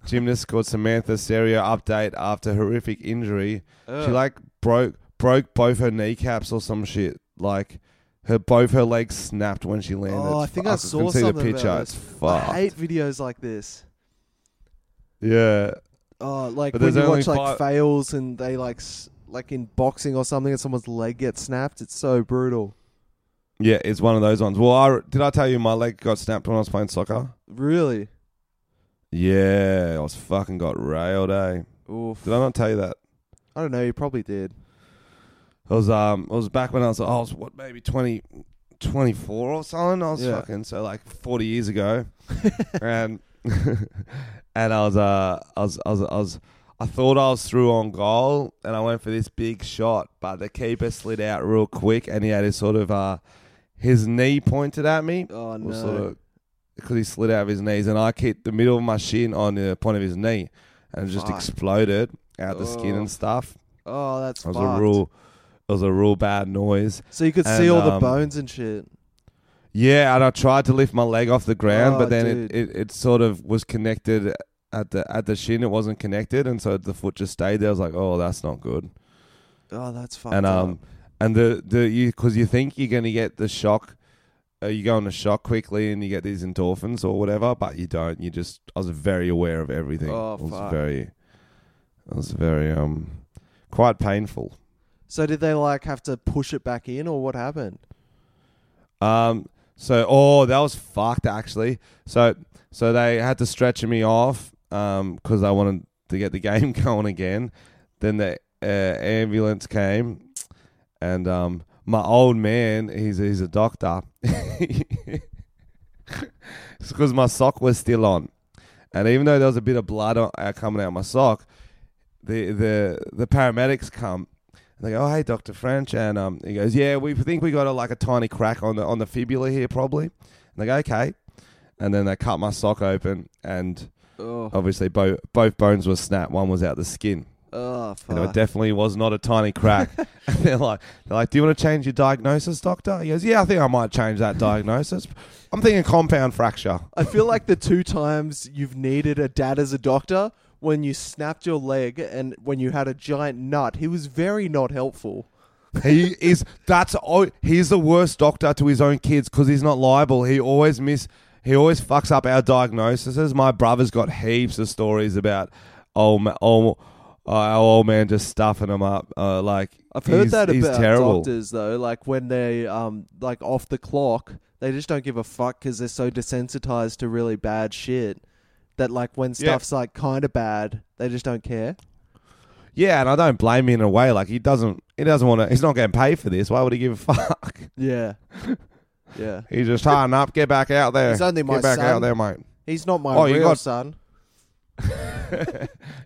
B: Gymnast called Samantha Serio update after horrific injury. She like broke broke both her kneecaps or some shit. Like her both her legs snapped when she landed.
A: Oh, I think I
B: Fuck,
A: saw
B: can see the
A: something about
B: picture.
A: this.
B: It's
A: I
B: fucked.
A: hate videos like this.
B: Yeah.
A: Oh, like
B: But
A: when
B: there's
A: you
B: only
A: watch like
B: five-
A: fails and they like s- like in boxing or something and someone's leg gets snapped. It's so brutal.
B: Yeah, it's one of those ones. Well, I, did I tell you my leg got snapped when I was playing soccer?
A: Really.
B: Yeah, I was fucking got railed, eh?
A: Oof.
B: Did I not tell you that?
A: I don't know. You probably did.
B: It was um, it was back when I was I was what maybe 20, 24 or something. I was
A: Yeah.
B: fucking so like forty years ago, and and I was uh, I was I was I was I thought I was through on goal, and I went for this big shot, but the keeper slid out real quick, and he had his sort of uh, his knee pointed at me,
A: Oh no.
B: was sort of because he slid out of his knees, and I kicked the middle of my shin on the point of his knee, and it just
A: Fuck.
B: exploded out the skin
A: Oh.
B: and stuff.
A: oh, that's
B: It was
A: fucked.
B: a real, it was a real bad noise.
A: So you could see
B: and,
A: all the
B: um,
A: bones and shit.
B: Yeah, and I tried to lift my leg off the ground,
A: Oh,
B: but then it,
A: dude.
B: it, it sort of was connected at the at the shin. It wasn't connected, and so the foot just stayed there. I was like, oh, that's not good.
A: Oh, that's fucked.
B: and
A: up.
B: um, and the the you because you think you're gonna get the shock. Uh, you go into shock quickly and you get these endorphins or whatever, but you don't. You just I was very aware of everything.
A: Oh,
B: I was
A: fuck.
B: very, I was very um, quite painful.
A: So did they like have to push it back in, or what happened?
B: Um. So, oh, that was fucked actually. So, so they had to stretch me off um because I wanted to get the game going again. Then the uh, ambulance came, and um, my old man, he's he's a doctor. it's because my sock was still on, and even though there was a bit of blood o- uh, coming out of my sock, the the the paramedics come and they go, "Oh, hey, Doctor French," and um, he goes, "Yeah, we think we got a, like a tiny crack on the on the fibula here, probably." And they go, "Okay," and then they cut my sock open, and
A: Oh,
B: obviously both both bones were snapped. One was out the skin,
A: oh fuck.
B: and it definitely was not a tiny crack. and they're like, "They're like, do you want to change your diagnosis, doctor?" He goes, "Yeah, I think I might change that diagnosis. I'm thinking compound fracture."
A: I feel like the two times you've needed a dad as a doctor when you snapped your leg and when you had a giant nut, he was very not helpful.
B: He is that's oh he's the worst doctor to his own kids because he's not liable. He always miss he always fucks up our diagnoses. My brother's got heaps of stories about oh ma- oh uh, our old man just stuffing him up uh, like
A: I've heard
B: he's,
A: that
B: he's
A: about
B: terrible.
A: doctors though, like when they um like off the clock, they just don't give a fuck because they're so desensitized to really bad shit that like when
B: Yeah.
A: stuff's like kind of bad, they just don't care.
B: Yeah, and I don't blame him in a way. Like he doesn't he doesn't want to. He's not getting paid for this. Why would he give a fuck?
A: Yeah, yeah.
B: He's just harden up. Get back out there.
A: He's only my
B: get back out
A: son.
B: there, mate.
A: He's not my
B: Oh, you
A: real
B: got-
A: son.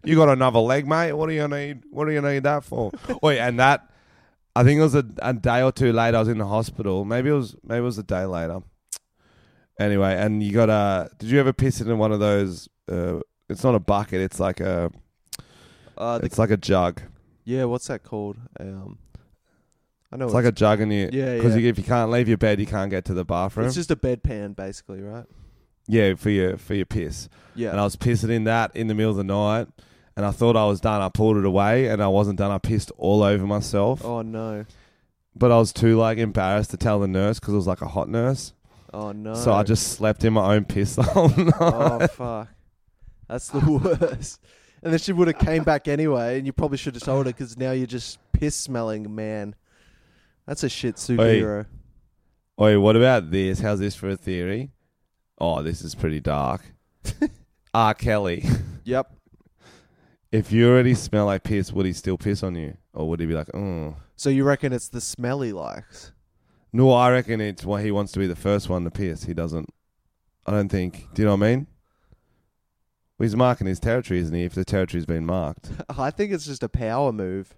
B: you got another leg, mate. What do you need? What do you need that for? Wait, and that I think it was a, a day or two later. I was in the hospital. Maybe it was maybe it was a day later. Anyway, and you got a. Did you ever piss into one of those? Uh, it's not a bucket. It's like a.
A: Uh, the,
B: It's like a jug.
A: yeah, what's that called? Um, I know
B: It's like a jug in you.
A: Yeah,
B: Because
A: yeah.
B: if you can't leave your bed, you can't get to the bathroom.
A: it's just a bedpan basically, right?
B: yeah, for your for your piss.
A: Yeah.
B: And I was pissing in that in the middle of the night, and I thought I was done. I pulled it away, and I wasn't done. I pissed all over myself,
A: oh no.
B: but I was too like embarrassed to tell the nurse because it was like a hot nurse.
A: Oh no.
B: So I just slept in my own piss the whole night.
A: Oh fuck. That's the worst. And then she would have came back anyway, and you probably should have told her because now you're just piss smelling man. That's a shit superhero.
B: Oi, what about this? How's this for a theory? Oh, this is pretty dark. R. Kelly,
A: Yep.
B: if you already smell like piss, would he still piss on you, or would he be like, oh?
A: So you reckon it's the smell he likes?
B: No, I reckon it's why he wants to be the first one to piss. He doesn't. I don't think. Do you know what I mean? Well, he's marking his territory, isn't he? If the territory's been marked,
A: I think it's just a power move.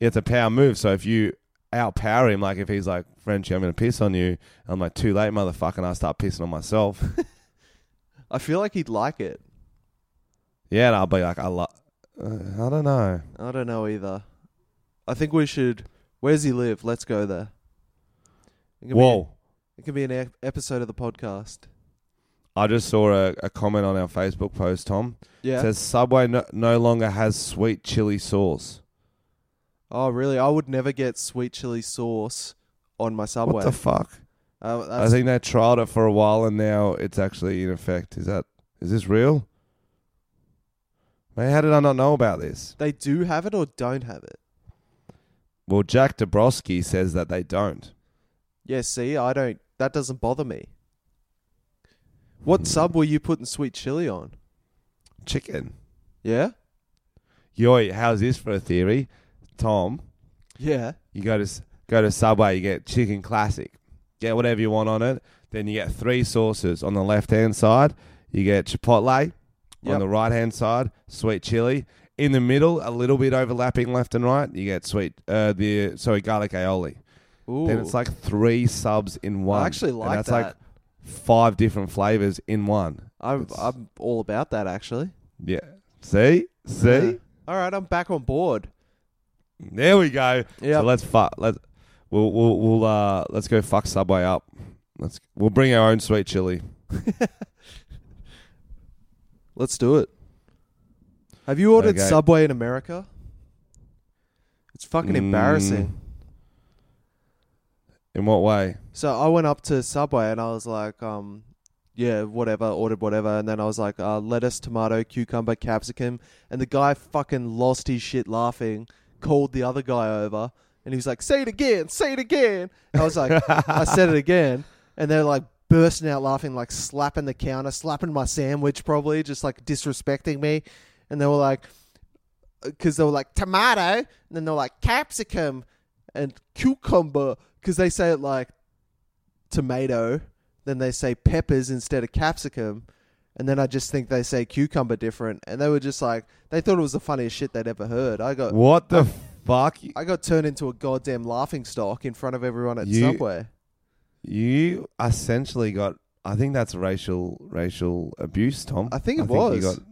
B: it's a power move. So if you outpower him, like if he's like Frenchie, I'm going to piss on you. I'm like too late, motherfucker, and I start pissing on myself.
A: I feel like he'd like it.
B: yeah, and I'll be like, I lo- uh, I don't know.
A: I don't know either. I think we should. Where's he live? Let's go there. It can
B: Whoa.
A: Be, it can be an ep- episode of the podcast.
B: I just saw a, a comment on our Facebook post, Tom.
A: Yeah.
B: It says Subway no, no longer has sweet chili sauce.
A: oh, really? I would never get sweet chili sauce on my subway.
B: What the fuck?
A: Uh,
B: I
A: that's-
B: think they trialed it for a while and now it's actually in effect. Is that is this real? Man, how did I not know about this?
A: they do have it or don't have it.
B: Well, Jack Dabrowski says that they don't.
A: Yeah. See, I don't. That doesn't bother me. What sub were you putting sweet chili on?
B: Chicken.
A: Yeah.
B: Yo, how's this for a theory? Tom,
A: Yeah.
B: you go to s- go to Subway, you get chicken classic. Get whatever you want on it. Then you get three sauces. On the left-hand side, you get chipotle.
A: Yep.
B: On the right-hand side, sweet chili. In the middle, a little bit overlapping left and right, you get sweet uh, the sorry garlic aioli.
A: Ooh.
B: Then it's like three subs in one.
A: I actually like
B: and that's like
A: that.
B: five different flavors in one.
A: I'm
B: it's-
A: I'm all about that actually.
B: Yeah. See? See?
A: Yeah. All right, I'm back on board.
B: There we go.
A: Yeah.
B: So let's fuck let we'll we'll, we'll uh let's go fuck Subway up. Let's we'll bring our own sweet chili.
A: Let's do it. Have you ordered
B: Okay.
A: Subway in America? It's fucking
B: Mm.
A: embarrassing.
B: In what way?
A: So I went up to Subway and I was like, um, yeah, whatever, ordered whatever. And then I was like, uh, lettuce, tomato, cucumber, capsicum. And the guy fucking lost his shit laughing, called the other guy over. And he was like, say it again, say it again. And I was like, I said it again. And they're like bursting out laughing, like slapping the counter, slapping my sandwich, probably just like disrespecting me. And they were like, because they were like tomato, and then they were like capsicum and cucumber, because they say it like tomato, then they say peppers instead of capsicum, and then I just think they say cucumber different. And they were just like, they thought it was the funniest shit they'd ever heard. I got.
B: What the fuck?
A: I got turned into a goddamn laughing stock in front of everyone at
B: You-
A: Subway.
B: You essentially got I think that's racial racial abuse, Tom.
A: I think it
B: you
A: was.
B: got,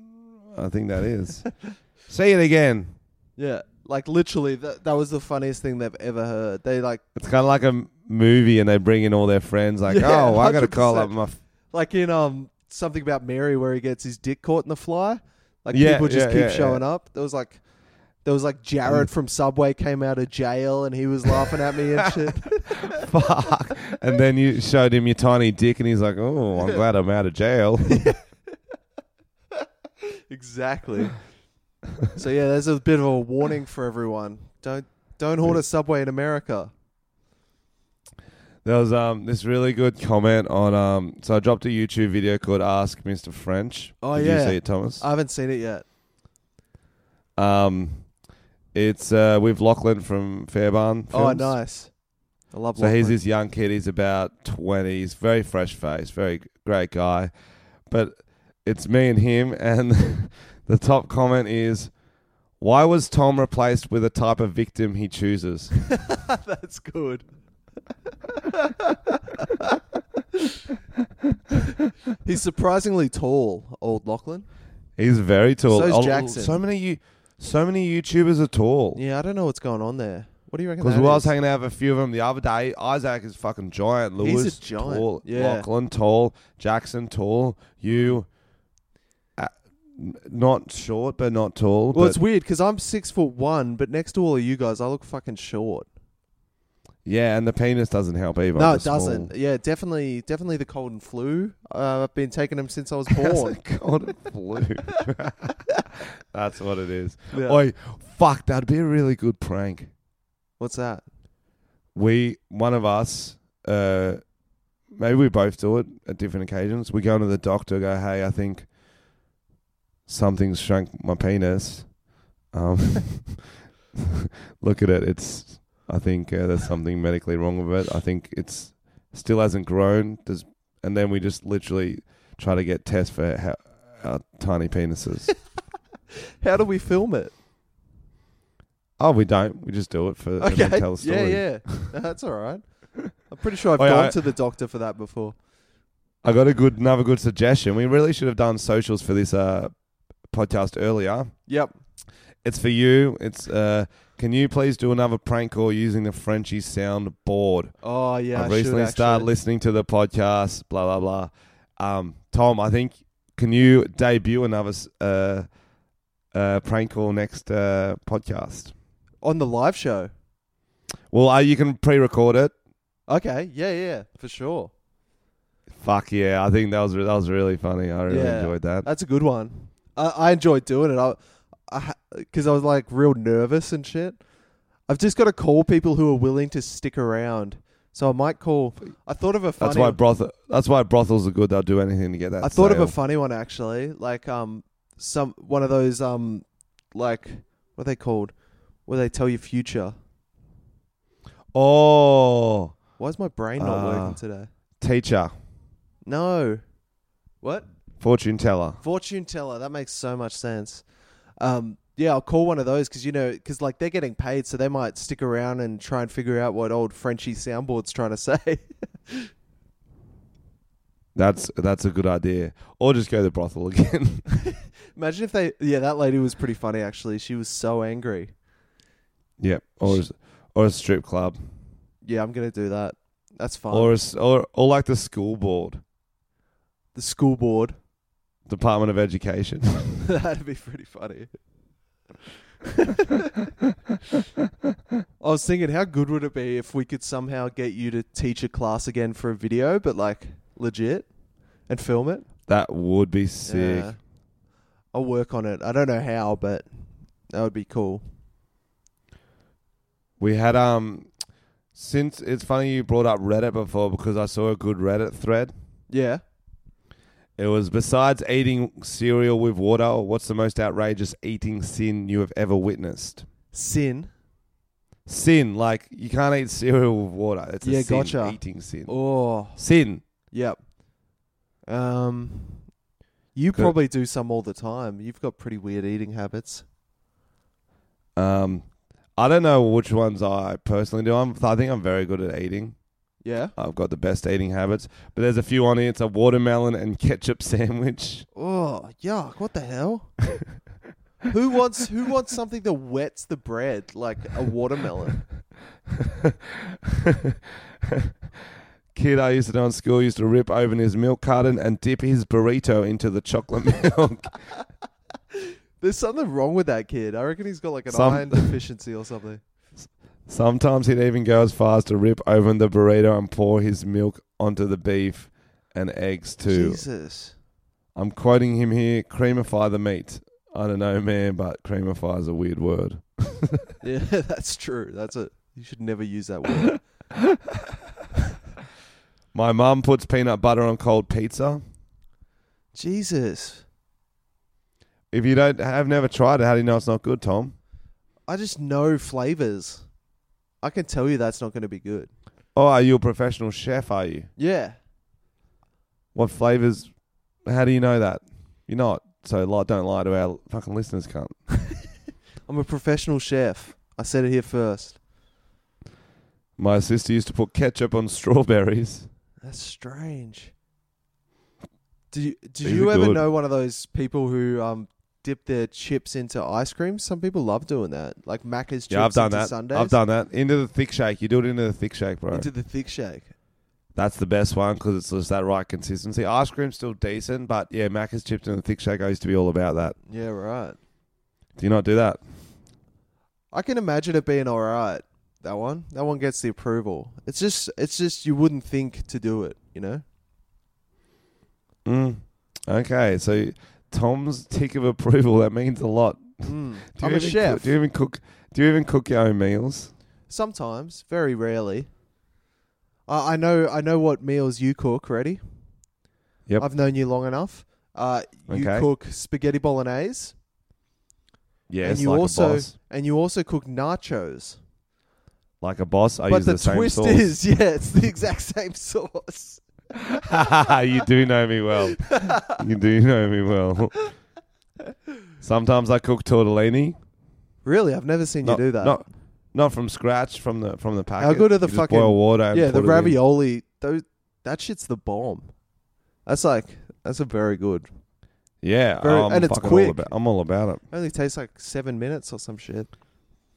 B: I think that is. Say it again.
A: Yeah, like literally, that that was the funniest thing they've ever heard. They like,
B: It's kind of like a m- movie, and they bring in all their friends. Like,
A: Yeah,
B: oh, I got to call up
A: 100%.
B: my. F-
A: like in um something about Mary where he gets his dick caught in the fly. Like
B: Yeah,
A: people just
B: yeah,
A: keep
B: yeah, Mm.
A: showing up. There was like, there was like Jared from Subway came out of jail and he was laughing at me and shit.
B: Fuck! And then you showed him your tiny dick, and he's like, "Oh, I'm glad I'm out of jail."
A: Exactly. so yeah, there's a bit of a warning for everyone. Don't don't hoard a subway in America.
B: there was um this really good comment on um. So I dropped a YouTube video called "Ask Mr. French."
A: Oh,
B: Did
A: yeah.
B: you see it, Thomas?
A: I haven't seen it yet.
B: um, it's uh with Lachlan from Fairbairn.
A: Oh,
B: Films.
A: nice. I love.
B: So he's
A: Lachlan.
B: this young kid. He's about twenty. He's very fresh faced, very g- great guy. But it's me and him, and the top comment is, "Why was Tom replaced with a type of victim he chooses?"
A: That's good. He's surprisingly tall, old Lachlan.
B: He's very tall.
A: So's
B: Oh,
A: Jackson.
B: So many you, so many YouTubers are tall.
A: Yeah, I don't know what's going on there. What do you reckon?
B: Because
A: that
B: we was
A: is?
B: hanging out with a few of them the other day. Isaac is fucking giant.
A: He's a
B: Lewis
A: giant,
B: tall.
A: yeah.
B: Lachlan tall. Jackson tall. You, uh, n- not short but not tall.
A: Well,
B: but
A: it's weird because I'm six foot one, but next to all of you guys, I look fucking short.
B: yeah, and the penis doesn't help either.
A: no,
B: I'm
A: it
B: small.
A: doesn't. Yeah, definitely, definitely the cold and flu. Uh, I've been taking them since I was born.
B: It's called a flu. That's what it is.
A: Yeah.
B: Oi, fuck! That'd be a really good prank.
A: What's that?
B: we one of us uh maybe we both do it at different occasions we go to the doctor go hey i think something's shrunk my penis um look at it it's i think uh, there's something medically wrong with it i think it's still hasn't grown Does, and then we just literally try to get tests for how, our tiny penises
A: How do we film it?
B: oh we don't we just do it for and
A: Okay.
B: then tell a story
A: Yeah, yeah. No, That's all right. I'm pretty sure I've
B: Oh, yeah,
A: gone
B: I-
A: to the doctor for that before.
B: I got a good another good suggestion. We really should have done socials for this uh, podcast earlier.
A: Yep.
B: It's for you. It's uh, can you please do another prank call using the Frenchie sound board?
A: Oh yeah.
B: I
A: should
B: recently
A: actually.
B: started listening to the podcast. Blah blah blah. Um, Tom, I think can you debut another s- uh, uh, prank call next uh, podcast?
A: on the live show.
B: Well, uh, you can pre-record it.
A: Okay. Yeah, yeah, for sure.
B: Fuck yeah! I think that was re- that was really funny. I really
A: Yeah.
B: enjoyed that.
A: That's a good one. I, I enjoyed doing it. I, I, because I was like real nervous and shit. I've just got to call people who are willing to stick around. So I might call. I thought of a funny.
B: That's why brothel. That's why brothels are good. They'll do anything to get that.
A: I thought of
B: sale.
A: a funny one actually, like um, some one of those um, like what are they called? Where they tell your future.
B: Oh,
A: Why is my brain not
B: Ah.
A: working today?
B: teacher,
A: No. What?
B: fortune teller.
A: Fortune teller. That makes so much sense. Um, yeah, I'll call one of those because you know, because like they're getting paid, so they might stick around and try and figure out what old Frenchy soundboard's trying to say.
B: That's that's a good idea. Or just go to the brothel again.
A: Imagine if they. Yeah, that lady was pretty funny actually. She was so angry.
B: yep. Or just- or a strip club.
A: Yeah, I'm gonna do that. That's fine.
B: Or a s or or like the school board,
A: the school board.
B: Department of Education.
A: That'd be pretty funny. I was thinking, how good would it be if we could somehow get you to teach a class again for a video, but like legit, and film it?
B: that would be sick.
A: Yeah. I'll work on it. I don't know how, but that would be cool.
B: We had um since it's funny you brought up Reddit before because I saw a good Reddit thread.
A: Yeah.
B: It was besides eating cereal with water, what's the most outrageous eating sin you have ever witnessed?
A: Sin.
B: Sin, like you can't eat cereal with water. It's
A: Yeah,
B: a sin,
A: gotcha.
B: eating sin.
A: Oh,
B: Sin.
A: yep. Um, you
B: Good.
A: probably do some all the time. You've got pretty weird eating habits.
B: Um, I don't know which ones I personally do. I'm, I think I'm very good at eating.
A: Yeah.
B: I've got the best eating habits. But there's a few on here. It's a watermelon and ketchup sandwich.
A: Oh, yuck! What the hell? who wants who wants something that wets the bread like a watermelon?
B: Kid I used to know in school used to rip open his milk carton and dip his burrito into the chocolate milk.
A: There's something wrong with that kid. I reckon he's got like an
B: Some-
A: iron deficiency or something.
B: Sometimes he'd even go as far as to rip open the burrito and pour his milk onto the beef and eggs too.
A: Jesus.
B: I'm quoting him here creamify the meat. I don't know, man, but creamify is a weird word.
A: Yeah, that's true. That's it. You should never use that word.
B: My mum puts peanut butter on cold pizza.
A: Jesus.
B: If you don't have never tried it, how do you know it's not good, Tom?
A: I just know flavors. I can tell you that's not going to be good.
B: Oh, are you a professional chef? Are you?
A: Yeah.
B: What flavors? How do you know that? You're not. So li- don't lie to our fucking listeners, cunt.
A: I'm a professional chef. I said it here first.
B: My sister used to put ketchup on strawberries.
A: That's strange. Do you, did
B: These
A: you
B: are
A: ever
B: good.
A: know one of those people who um dip their chips into ice cream. Some people love doing that, like Macca's chips
B: Yeah, I've done
A: into
B: that.
A: Sundays.
B: I've done that. Into the thick shake. You do it into the thick shake, bro.
A: into the thick shake.
B: That's the best one because it's just that right consistency. Ice cream's still decent, but yeah, Macca's chips and the thick shake. I used to be all about that.
A: Yeah, right.
B: Do you not do that?
A: I can imagine it being all right. That one, that one gets the approval. It's just, it's just you wouldn't think to do it, you know.
B: Mm. Okay, so Tom's tick of approval. That means a lot.
A: Mm.
B: Do
A: I'm
B: you
A: a
B: even
A: chef.
B: Cook, do you even cook? Do you even cook your own meals?
A: Sometimes, very rarely. I I know, I know what meals you cook. Ready?
B: Yep.
A: I've known you long enough. Uh, you
B: Okay.
A: cook spaghetti bolognese,
B: Yeah,
A: and
B: it's
A: you
B: like
A: also
B: a boss.
A: and you also cook nachos.
B: Like a boss, I
A: but
B: use
A: the,
B: the, same
A: twist
B: sauce.
A: is, yeah, it's the exact same sauce.
B: you do know me well. You do know me well. Sometimes I cook tortellini.
A: Really, I've never seen
B: Not-
A: you do that.
B: Not, not from scratch, from the from the packet.
A: good are the
B: You just
A: fucking-
B: boil water? And
A: yeah, the
B: put it in.
A: ravioli, those, that shit's the bomb. That's like that's a very good.
B: Yeah,
A: Very-
B: I'm
A: and it's
B: fucking
A: quick.
B: All about, I'm all about it.
A: Only takes like seven minutes or some shit.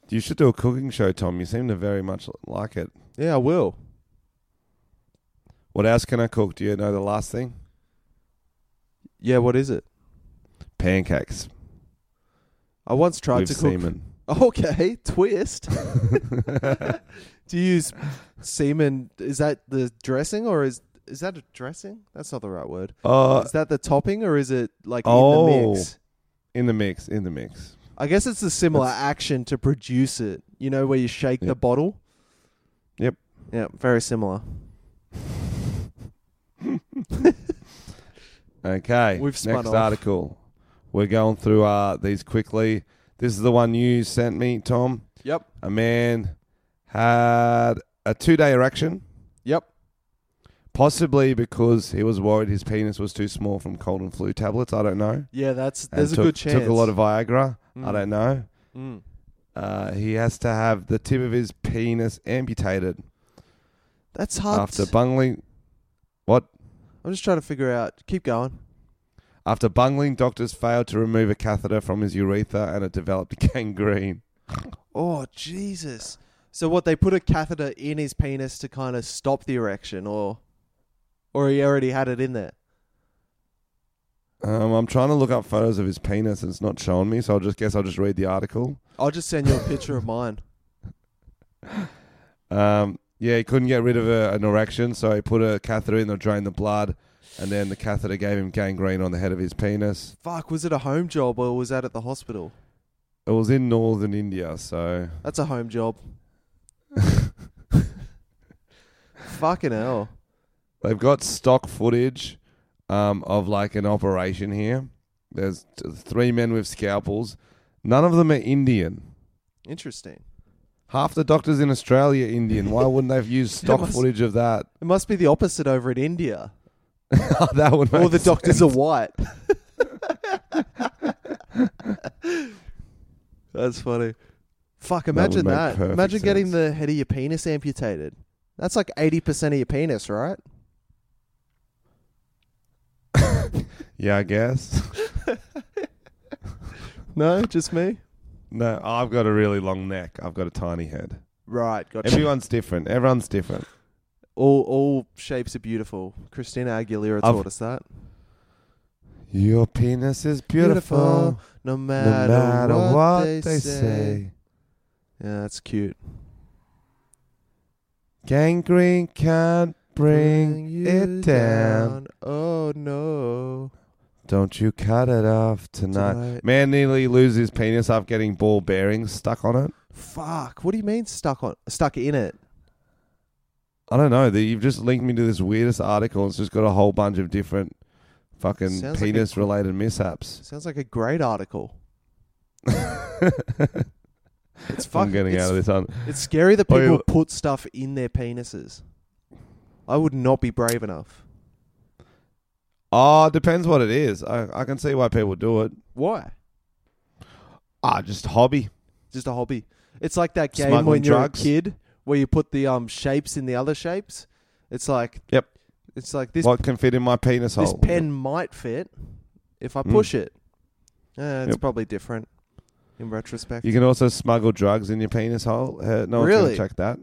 B: You should do a cooking show, Tom. You seem to very much like it.
A: Yeah, I will.
B: What else can I cook? Do you know the last thing?
A: Yeah, what is it?
B: Pancakes
A: I once tried
B: with
A: to cook.
B: semen.
A: Okay, twist. Do you use semen? Is that the dressing or is is that a dressing? That's not the right word.
B: Uh,
A: is that the topping or is it like in the
B: Oh.
A: mix?
B: in the mix, in the mix.
A: I guess it's a similar
B: That's-
A: action to produce it. You know, where you shake the
B: Yep.
A: bottle.
B: Yep.
A: Yeah, very similar.
B: Okay.
A: We've spun
B: Next
A: off.
B: article. We're going through uh, these quickly. This is the one you sent me, Tom.
A: Yep.
B: A man had a two-day erection,
A: Yep.
B: possibly because he was worried his penis was too small from cold and flu tablets. I don't know.
A: Yeah, that's
B: and
A: there's a
B: took,
A: good chance.
B: Took a lot of Viagra. I
A: Mm.
B: don't know.
A: Mm.
B: Uh, he has to have the tip of his penis amputated
A: That's hard.
B: after bungling. What?
A: I'm just trying to figure out. Keep going.
B: After bungling, doctors failed to remove a catheter from his urethra and it developed gangrene.
A: Oh Jesus! So what? They put a catheter in his penis to kind of stop the erection, or, or he already had it in there.
B: Um, I'm trying to look up photos of his penis and it's not showing me, so I'll just guess I'll just read the article.
A: I'll just send you a picture of mine.
B: Um, yeah, he couldn't get rid of a, an erection, so he put a catheter in to drain the blood, and then the catheter gave him gangrene on the head of his penis.
A: Fuck, was it a home job or was that at the hospital?
B: It was in northern India, so
A: That's a home job. Fucking hell.
B: They've got stock footage um, of like an operation here. There's t- three men with scalpels. None of them are Indian.
A: Interesting.
B: Half the doctors in Australia are Indian. Why wouldn't they've used stock
A: must-
B: footage of that?
A: It must be the opposite over in India.
B: that would
A: All
B: make
A: the doctors are
B: sense.
A: white. That's funny. Fuck,
B: would
A: imagine
B: make
A: that.
B: perfect
A: Imagine getting
B: sense.
A: the head of your penis amputated. That's like 80% of your penis, right?
B: Yeah, I guess.
A: No, just me?
B: No, I've got a really long neck. I've got a tiny head.
A: Right, gotcha.
B: Everyone's different. Everyone's different.
A: all, all shapes are beautiful. Christina Aguilera
B: I've-
A: taught us that.
B: Your penis is beautiful,
A: No
B: no
A: matter,
B: matter
A: what,
B: what
A: they, say.
B: say.
A: Yeah, that's cute.
B: Gangrene can't bring
A: you
B: it down.
A: Oh no.
B: Don't you cut it off tonight.
A: Tonight.
B: Man nearly loses his penis after getting ball bearings stuck on it.
A: Fuck. What do you mean stuck on stuck in it?
B: I don't know. The, you've just linked me to this weirdest article. It's just got a whole bunch of different fucking
A: Sounds like a-
B: penis related mishaps.
A: Sounds like a great article.
B: I'm
A: It's fucking
B: getting
A: it's,
B: out of this. Un-
A: It's scary that
B: Oh, yeah.
A: people put stuff in their penises. I would not be brave enough.
B: oh, depends what it is. I, I can see why people do it.
A: Why?
B: Ah, just hobby.
A: Just a hobby. It's like that game
B: Smuggling
A: when you're
B: drugs.
A: a kid where you put the um shapes in the other shapes. It's like
B: Yep.
A: It's like this
B: what can fit in my penis
A: this
B: hole?
A: pen might fit if I
B: Mm.
A: push it. Uh, it's
B: Yep.
A: probably different in retrospect.
B: You can also smuggle drugs in your penis hole. Uh, no one's going
A: Really?
B: to check that.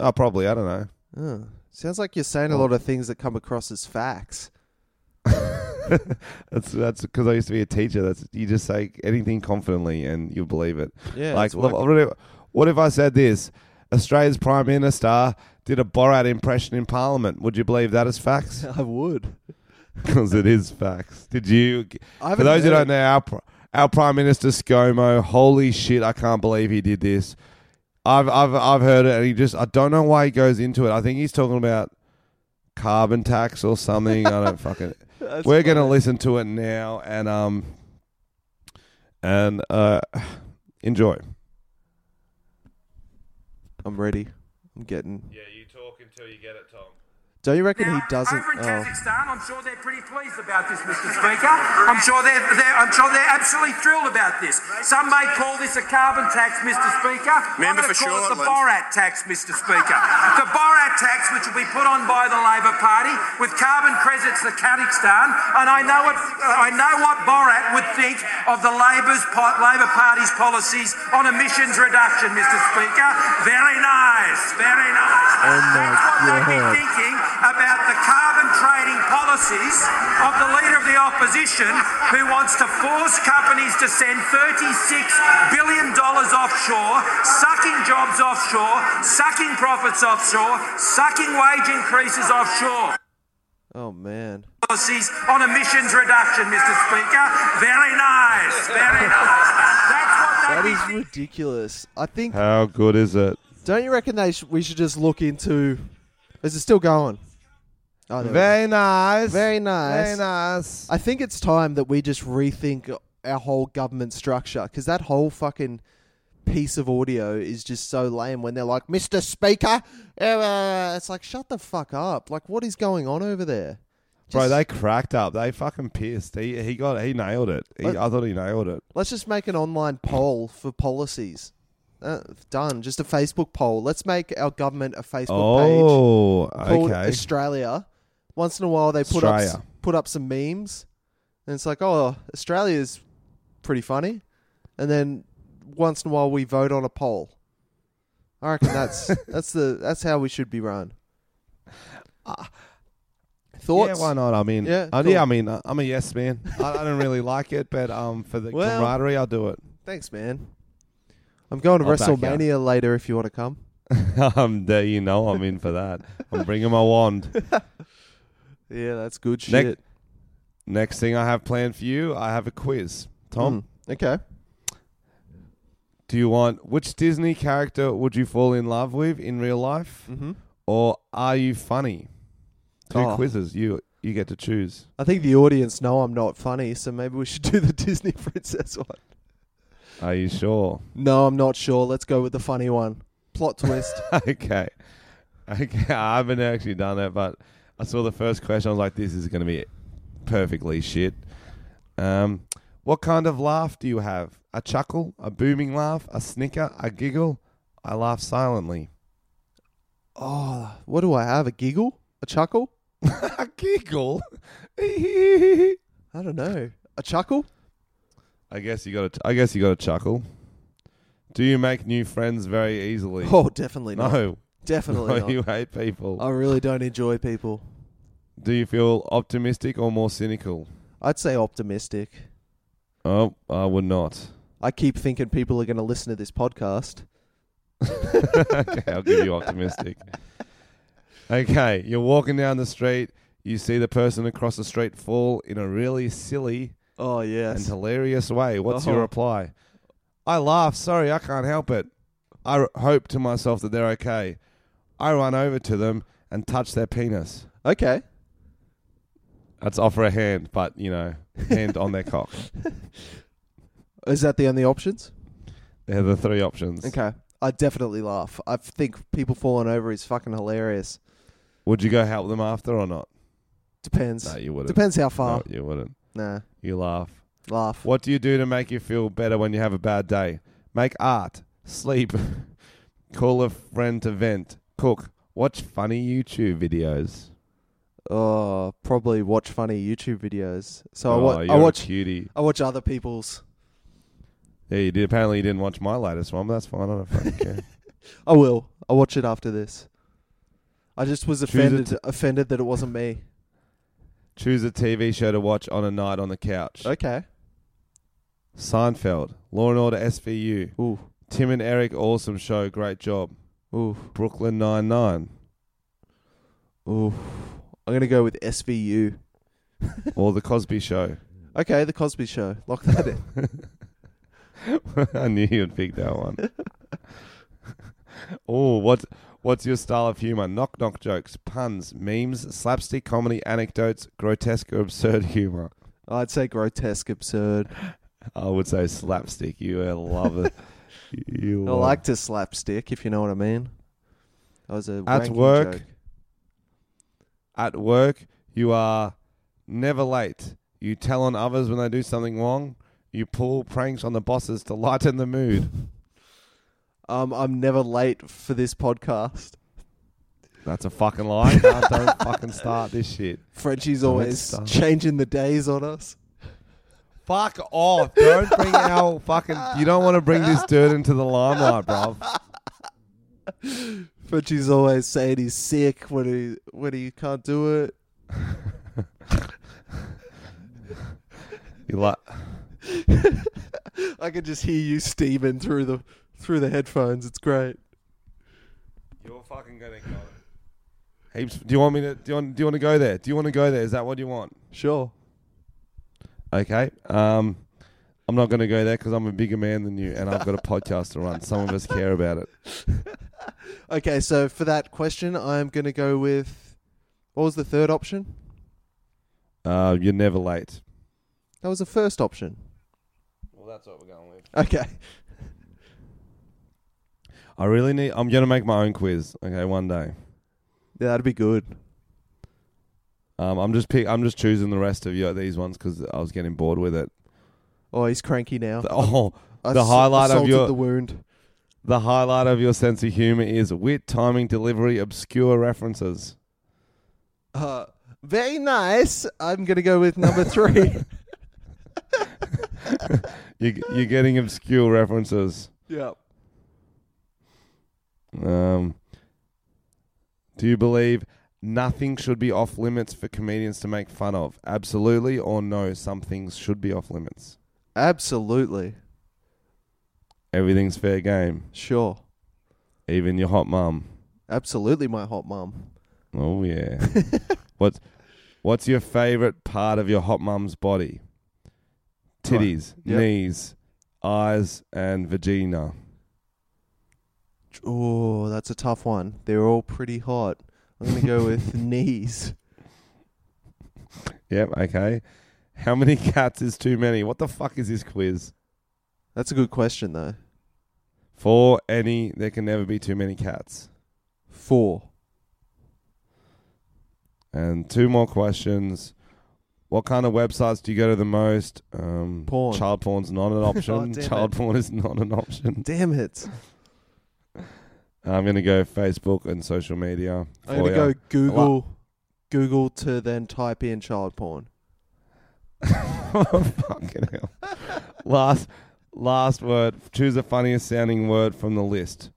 B: Oh, probably. I don't know.
A: Oh. Sounds like you're saying a
B: Oh.
A: lot of things that come across as facts.
B: That's that's because I used to be a teacher. That's you just say anything confidently and you believe it.
A: Yeah,
B: like, look, what if, what if I said this? Australia's prime minister did a Borat impression in Parliament. Would you believe that as facts?
A: I would.
B: Because it is facts. Did you?
A: I
B: For
A: haven't
B: those who
A: heard-
B: don't know, our pr- our prime minister ScoMo. Holy shit! I can't believe he did this. I've I've I've heard it, and he just I don't know why he goes into it. I think he's talking about carbon tax or something. I don't fucking.
A: That's
B: We're gonna
A: funny.
B: listen to it now, and um, and uh, enjoy.
A: I'm ready. I'm getting.
B: Yeah, you talk until you get it, Tom.
A: Don't you reckon he
C: Now,
A: doesn't?
C: Over in
A: Oh.
C: Kazakhstan, I'm sure they're pretty pleased about this, Mr. Speaker. I'm sure they're, they're, I'm sure they're absolutely thrilled about this. Some may call this a carbon tax, Mr. Speaker. I'm
D: Member
C: going to
D: for
C: call it the
D: Shortland.
C: Borat tax, Mr. Speaker. the Borat tax, which will be put on by the Labor Party with carbon credits to Kazakhstan, and I know what I know what Borat would think of the Labor's po- Labor Party's policies on emissions reduction, Mr. Speaker. Very nice, very nice. Ah, That's what they'd be
A: Oh God.
C: thinking about the carbon trading policies of the leader of the opposition who wants to force companies to send $36 billion offshore, sucking jobs offshore, sucking profits offshore, sucking wage increases offshore.
A: oh man.
C: Policies on emissions reduction, Mr. Speaker. Very nice, very nice. That's what they'd
A: That
C: be
A: is
C: thinking.
A: ridiculous. I think.
B: How good is it?
A: Don't you reckon they sh- we should just look into? Is it still going? Oh, there we go.
B: Very nice.
A: Very nice.
B: Very nice.
A: I think it's time that we just rethink our whole government structure because that whole fucking piece of audio is just so lame when they're like, Mr. Speaker. uh," It's like, shut the fuck up. Like, what is going on over there?
B: Bro,
A: Just-
B: they cracked up. They fucking pissed. He he got he nailed it. He,
A: Let-
B: I thought he nailed it.
A: Let's just make an online poll for policies. Uh, done. Just a Facebook poll. Let's make our government a Facebook page.
B: Oh,
A: called
B: okay.
A: Australia. Once in a while, they put up
B: Australia.
A: up put up some memes, and it's like, oh, Australia's pretty funny. And then once in a while, we vote on a poll. I reckon that's that's the that's how we should be run. Thoughts?
B: Ah. Yeah, why not? I mean,
A: Yeah,
B: yeah,
A: cool.
B: yeah I mean, I- I'm a yes man. I, I don't really like it, but um, for the
A: Well-
B: camaraderie, I'll do it.
A: Thanks, man. I'm going to
B: I'll back ya.
A: WrestleMania later if you want to come.
B: um, there you know, I'm in for that. I'm bringing my wand.
A: Yeah, that's good shit.
B: Next, next thing I have planned for you, I have a quiz. Tom,
A: Okay.
B: do you want which Disney character would you fall in love with in real life,
A: Mm-hmm.
B: or are you funny? Two
A: Oh.
B: quizzes. You you get to choose.
A: I think the audience know I'm not funny, so maybe we should do the Disney princess one.
B: Are you sure?
A: No, I'm not sure. Let's go with the funny one. Plot twist.
B: okay. Okay. I haven't actually done it, but I saw the first question. I was like, this is going to be perfectly shit. Um, what kind of laugh do you have? A chuckle, a booming laugh, a snicker, a giggle? I laugh silently.
A: oh, what do I have? A giggle? A chuckle?
B: a giggle?
A: I don't know. A chuckle?
B: I guess you got to. I guess you got to chuckle. Do you make new friends very easily?
A: Oh, definitely not.
B: no.
A: Definitely
B: No, you
A: not. Oh.
B: hate people.
A: I really don't enjoy people.
B: Do you feel optimistic or more cynical?
A: I'd say optimistic.
B: Oh, I would not.
A: I keep thinking people are going to listen to this podcast.
B: okay, I'll give you optimistic. Okay, you're walking down the street. You see the person across the street fall in a really silly
A: Oh,
B: and
A: yes.
B: hilarious way. What's your
A: Oh.
B: reply? I laugh. Sorry, I can't help it. I r- hope to myself that they're okay. I run over to them and touch their penis.
A: Okay.
B: That's offer a hand, but you know, hand on their cock.
A: Is that the only options?
B: They're the three options.
A: Okay. I definitely laugh. I think people falling over is fucking hilarious.
B: Would you go help them after or not?
A: Depends.
B: No, you wouldn't.
A: Depends how
B: No,
A: far.
B: you wouldn't.
A: Nah.
B: You laugh.
A: Laugh.
B: What do you do to make you feel better when you have a bad day? Make art, sleep, call a friend to vent, cook, watch funny YouTube videos.
A: Oh, probably watch funny YouTube videos. So I,
B: oh,
A: wa-
B: you're
A: I watch
B: a cutie.
A: I watch other people's.
B: Yeah, you did. Apparently, you didn't watch my latest one, but that's fine. I don't fucking care.
A: I will. I'll watch it after this. I just was
B: a
A: offended offended that it wasn't me.
B: Choose a TV show to watch on a night on the couch.
A: Okay.
B: Seinfeld, Law and Order SVU,
A: Ooh.
B: Tim and Eric, awesome show, great job.
A: Ooh.
B: Brooklyn Nine Nine,
A: Ooh. I'm going to go with SVU.
B: or The Cosby Show.
A: Okay, The Cosby Show. Lock that in.
B: I knew you'd pick that one. oh, what what's your style of humor? Knock knock jokes, puns, memes, slapstick comedy, anecdotes, grotesque or absurd humor.
A: I'd say grotesque, absurd.
B: I would say slapstick. You uh, love it. you
A: I
B: love-
A: like to slapstick, if you know what I mean. That was a wanking
B: work.
A: joke.
B: at work. You are never late. You tell on others when they do something wrong. You pull pranks on the bosses to lighten the mood.
A: Um, I'm never late for this podcast.
B: That's a fucking lie. Can't- don't fucking start this shit.
A: Frenchie's
B: Don't
A: always
B: start.
A: changing the days on us.
B: Fuck off. Don't bring our fucking. You don't want to bring this dirt into the limelight, bruv.
A: Frenchie's always saying he's sick when he when he can't do it.
B: You like.
A: I can just hear you steaming through the through the headphones. It's great.
B: You're fucking gonna go. Heaps. Do you want me to? Do you want? Do you want to go there? Do you want to go there? Is that what you want?
A: Sure.
B: Okay. Um, I'm not going to go there because I'm a bigger man than you, and I've got a podcast to run. Some of us care about it.
A: Okay, so for that question, I'm going to go with what was the third option?
B: Uh, you're never late.
A: That was the first option.
B: Well, that's what we're going with.
A: Okay.
B: I really need. I'm going to make my own quiz. Okay, one day.
A: Yeah, that'd be good.
B: Um, I'm just pick. I'm just choosing the rest of you these ones because I was getting bored with it.
A: Oh, he's cranky now.
B: The- oh,
A: I
B: the
A: s-
B: highlight of
A: assaulted
B: your-
A: the wound.
B: the highlight of your sense of humor is wit, timing, delivery, obscure references.
A: Uh, very nice. I'm going to go with number three.
B: You, you're getting obscure references.
A: yeah.
B: Um, do you believe nothing should be off limits for comedians to make fun of? Absolutely or no? Some things should be off limits.
A: Absolutely.
B: Everything's fair game,
A: Sure.
B: even your hot mum.
A: Absolutely, my hot mum.
B: Oh yeah. what's What's your favorite part of your hot mum's body? Titties,
A: Yep.
B: knees, eyes, and vagina.
A: Oh, that's a tough one. They're all pretty hot. I'm going to go with knees.
B: Yep. Okay. How many cats is too many? What the fuck is this quiz?
A: That's a good question, though.
B: For any, there can never be too many cats.
A: Four.
B: And two more questions. What kind of websites do you go to the most? Um,
A: Porn. Oh,
B: Child porn's not an option.
A: damn
B: child
A: it.
B: porn is not an option.
A: Damn it.
B: I'm going to go Facebook and social media.
A: I'm
B: for
A: gonna
B: ya.
A: go Google, Google to then type in child porn.
B: Oh, Fucking hell. last, last word. Choose the funniest sounding word from the list.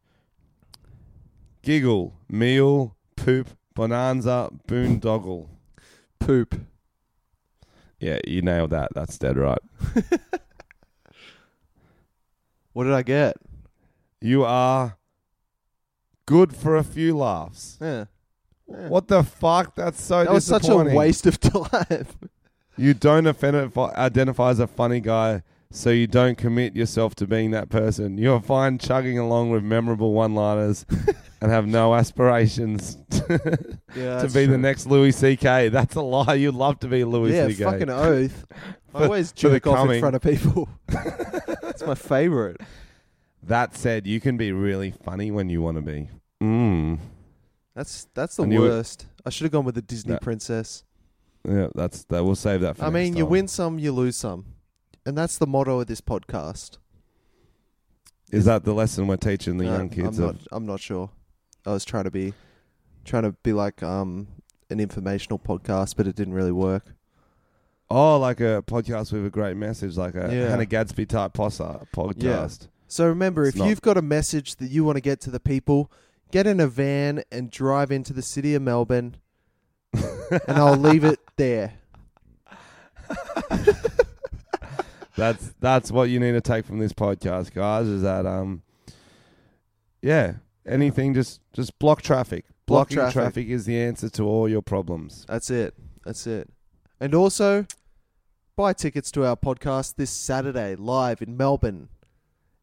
B: Giggle, meal, poop, bonanza, boondoggle.
A: Poop.
B: Yeah, you nailed that. That's dead right.
A: What did I get?
B: You are good for a few laughs.
A: Yeah.
B: What the fuck? That's so
A: That was such a
B: disappointing.
A: waste of time.
B: You don't offend, identify as a funny guy, so you don't commit yourself to being that person. You're fine chugging along with memorable one-liners and have no aspirations to
A: yeah,
B: be the next Louis C.K. That's a lie. You'd love to be Louis
A: Yeah,
B: C.K.
A: fucking oath. I
B: For-
A: always
B: for the
A: jerk off in
B: coming.
A: front of people. That's my favorite.
B: That said, you can be really funny when you want to be. Mm.
A: That's that's the
B: I knew it.
A: worst. I should have gone with the Disney
B: That-
A: princess.
B: Yeah, that's that. We'll save that for.
A: I
B: next
A: mean, you
B: time.
A: win some, you lose some, and that's the motto of this podcast.
B: Is that the lesson we're teaching the
A: No,
B: young kids?
A: I'm
B: of-
A: not. I'm not sure. I was trying to be, trying to be like um, an informational podcast, but it didn't really work.
B: Oh, like a podcast with a great message, like a
A: Yeah.
B: Hannah Gadsby type posa- podcast.
A: So remember,
B: It's
A: if
B: not-
A: you've got a message that you want to get to the people, get in a van and drive into the city of Melbourne, and I'll leave it there.
B: That's that's what you need to take from this podcast, guys. Is that um, yeah, anything just just block traffic.
A: Block
B: Blocking
A: traffic.
B: traffic is the answer to all your problems.
A: That's it. That's it. And also, buy tickets to our podcast this Saturday live in Melbourne.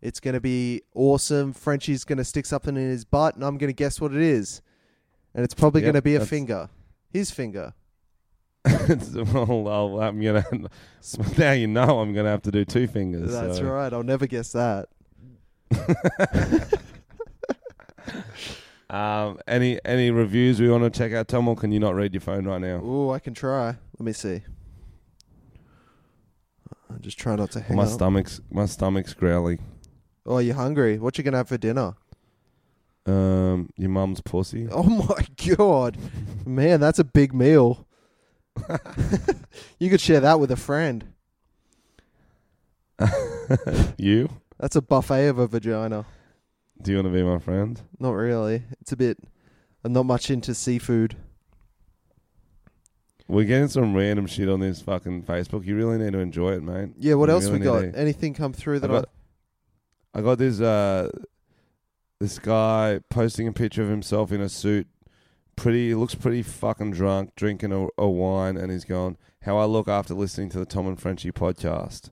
A: It's going to be awesome. Frenchie's going to stick something in his butt, and I'm going to guess what it is. And it's probably
B: Yep,
A: going to be a
B: that's-
A: finger. His finger.
B: well, I'll, I'm gonna now you know I'm gonna have to do two fingers.
A: That's
B: so.
A: right. I'll never guess that.
B: Um, any any reviews we want to check out, Tom? Or can you not read your phone right now?
A: Ooh, I can try. Let me see. I'm just trying not to hang
B: my
A: up.
B: stomach's my stomach's growly.
A: Oh, you're hungry. What you gonna have for dinner?
B: Um, your mum's pussy.
A: Oh my god, man, that's a big meal. you could share that with a friend. Oh.
B: You?
A: That's a buffet of a vagina.
B: Do you want to be my friend?
A: Not really. It's a bit. I'm not much into seafood.
B: We're getting some random shit on this fucking Facebook. You really need to enjoy it, mate.
A: Yeah. What
B: You
A: else we
B: really
A: got?
B: need to-
A: Anything come through
B: I
A: that I?
B: got, I got this uh, this guy posting a picture of himself in a suit. Pretty he looks pretty fucking drunk, drinking a, a wine, and he's gone. How I look after listening to the Tom and Frenchie podcast,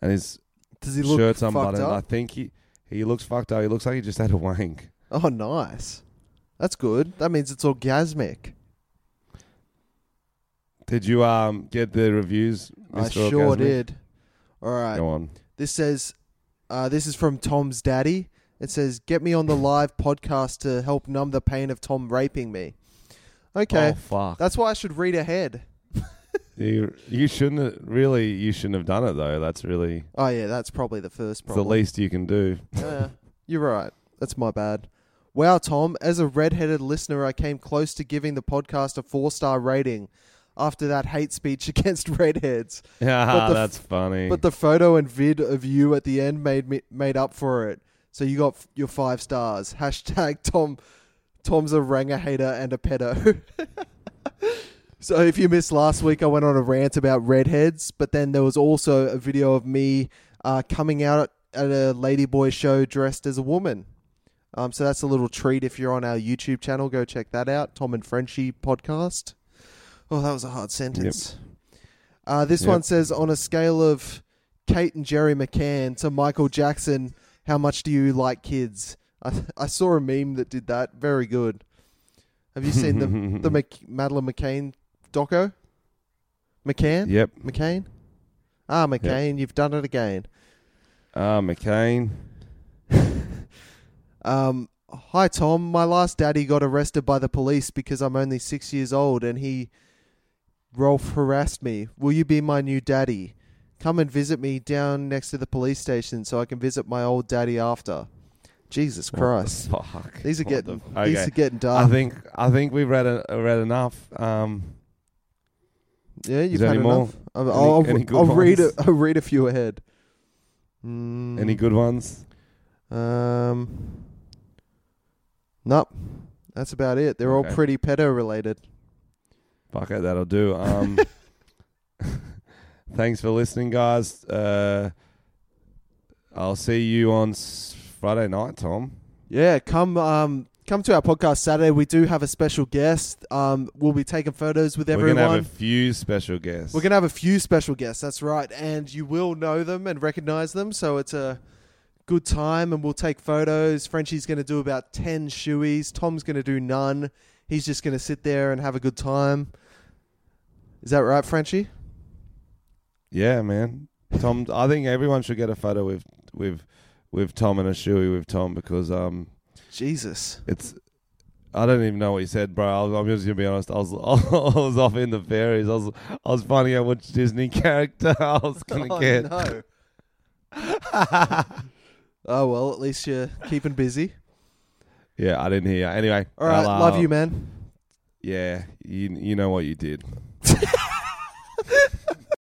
B: and his
A: Does he look
B: shirt's
A: fucked
B: unbuttoned. I
A: up?
B: think he he looks fucked up. He looks like he just had a wank.
A: Oh, nice. That's good. That means it's orgasmic.
B: Did you um get the reviews?
A: I
B: Mr.
A: sure
B: Orgasmic?
A: did. All right.
B: Go on.
A: This says, uh, this is from Tom's daddy. It says, get me on the live podcast to help numb the pain of Tom raping me. Okay.
B: Oh fuck.
A: That's why I should read ahead.
B: You you shouldn't have, really you shouldn't have done it though. That's really
A: Oh, yeah, that's probably the first
B: it's the
A: problem.
B: least you can do.
A: Yeah, you're right. That's my bad. Wow, Tom, as a redheaded listener, I came close to giving the podcast a four star rating after that hate speech against redheads.
B: Yeah,
A: the f-
B: that's funny.
A: But the photo and vid of you at the end made me made up for it. So you got f- your five stars. Hashtag Tom. Tom's a ranger hater and a pedo. so if you missed last week, I went on a rant about redheads, but then there was also a video of me uh, coming out at a ladyboy show dressed as a woman. Um, so that's a little treat if you're on our YouTube channel. Go check that out, Tom and Frenchie podcast. Oh, that was a hard sentence. Uh, this
B: Yep.
A: one says on a scale of Kate and Jerry McCann to Michael Jackson, how much do you like kids? I, I saw a meme that did that. Very good. Have you seen the the Mc, Madeline McCain doco? McCann?
B: yep.
A: McCain? Ah, McCain, you've done it again.
B: Ah, McCain.
A: Um, hi Tom, my last daddy got arrested by the police because I'm only six years old and he Rolf harassed me. Will you be my new daddy? Come and visit me down next to the police station so I can visit my old daddy after. Jesus Christ.
B: What the fuck.
A: These are
B: Oh. What
A: getting
B: the f-
A: these
B: okay.
A: are um, getting
B: I
A: dark.
B: think I think we've read a, read enough. Um,
A: yeah, you've
B: there
A: had
B: any more?
A: enough. I'll, I'll,
B: any good
A: I'll read a,
B: ones?
A: I'll read a few ahead. Mm,
B: Any good ones?
A: Um, nope. That's about it. They're all
B: Okay.
A: pretty pedo related.
B: Fuck it, that'll do. Um, thanks for listening, guys. Uh, I'll see you on s- Friday night, Tom.
A: Yeah, come um come to our podcast Saturday. We do have a special guest. Um, we'll be taking photos with
B: We're
A: everyone.
B: gonna have a few special guests.
A: We're gonna have a few special guests. That's right, and you will know them and recognize them. So it's a good time, and we'll take photos. Frenchie's gonna do about ten shoeies. Tom's gonna do none. He's just gonna sit there and have a good time. Is that right, Frenchie?
B: Yeah, man. Tom, I think everyone should get a photo with with with Tom and a shoey with Tom because um,
A: Jesus.
B: it's. I don't even know what you said, bro. I was, I'm just gonna be honest. I was I was off in the fairies. I was I was finding out which Disney character I was gonna
A: Oh,
B: get.
A: no. oh well, at least you're keeping busy.
B: Yeah, I didn't hear. You. Anyway,
A: All right,
B: I'll, uh,
A: love you, man.
B: Yeah, you you know what you did.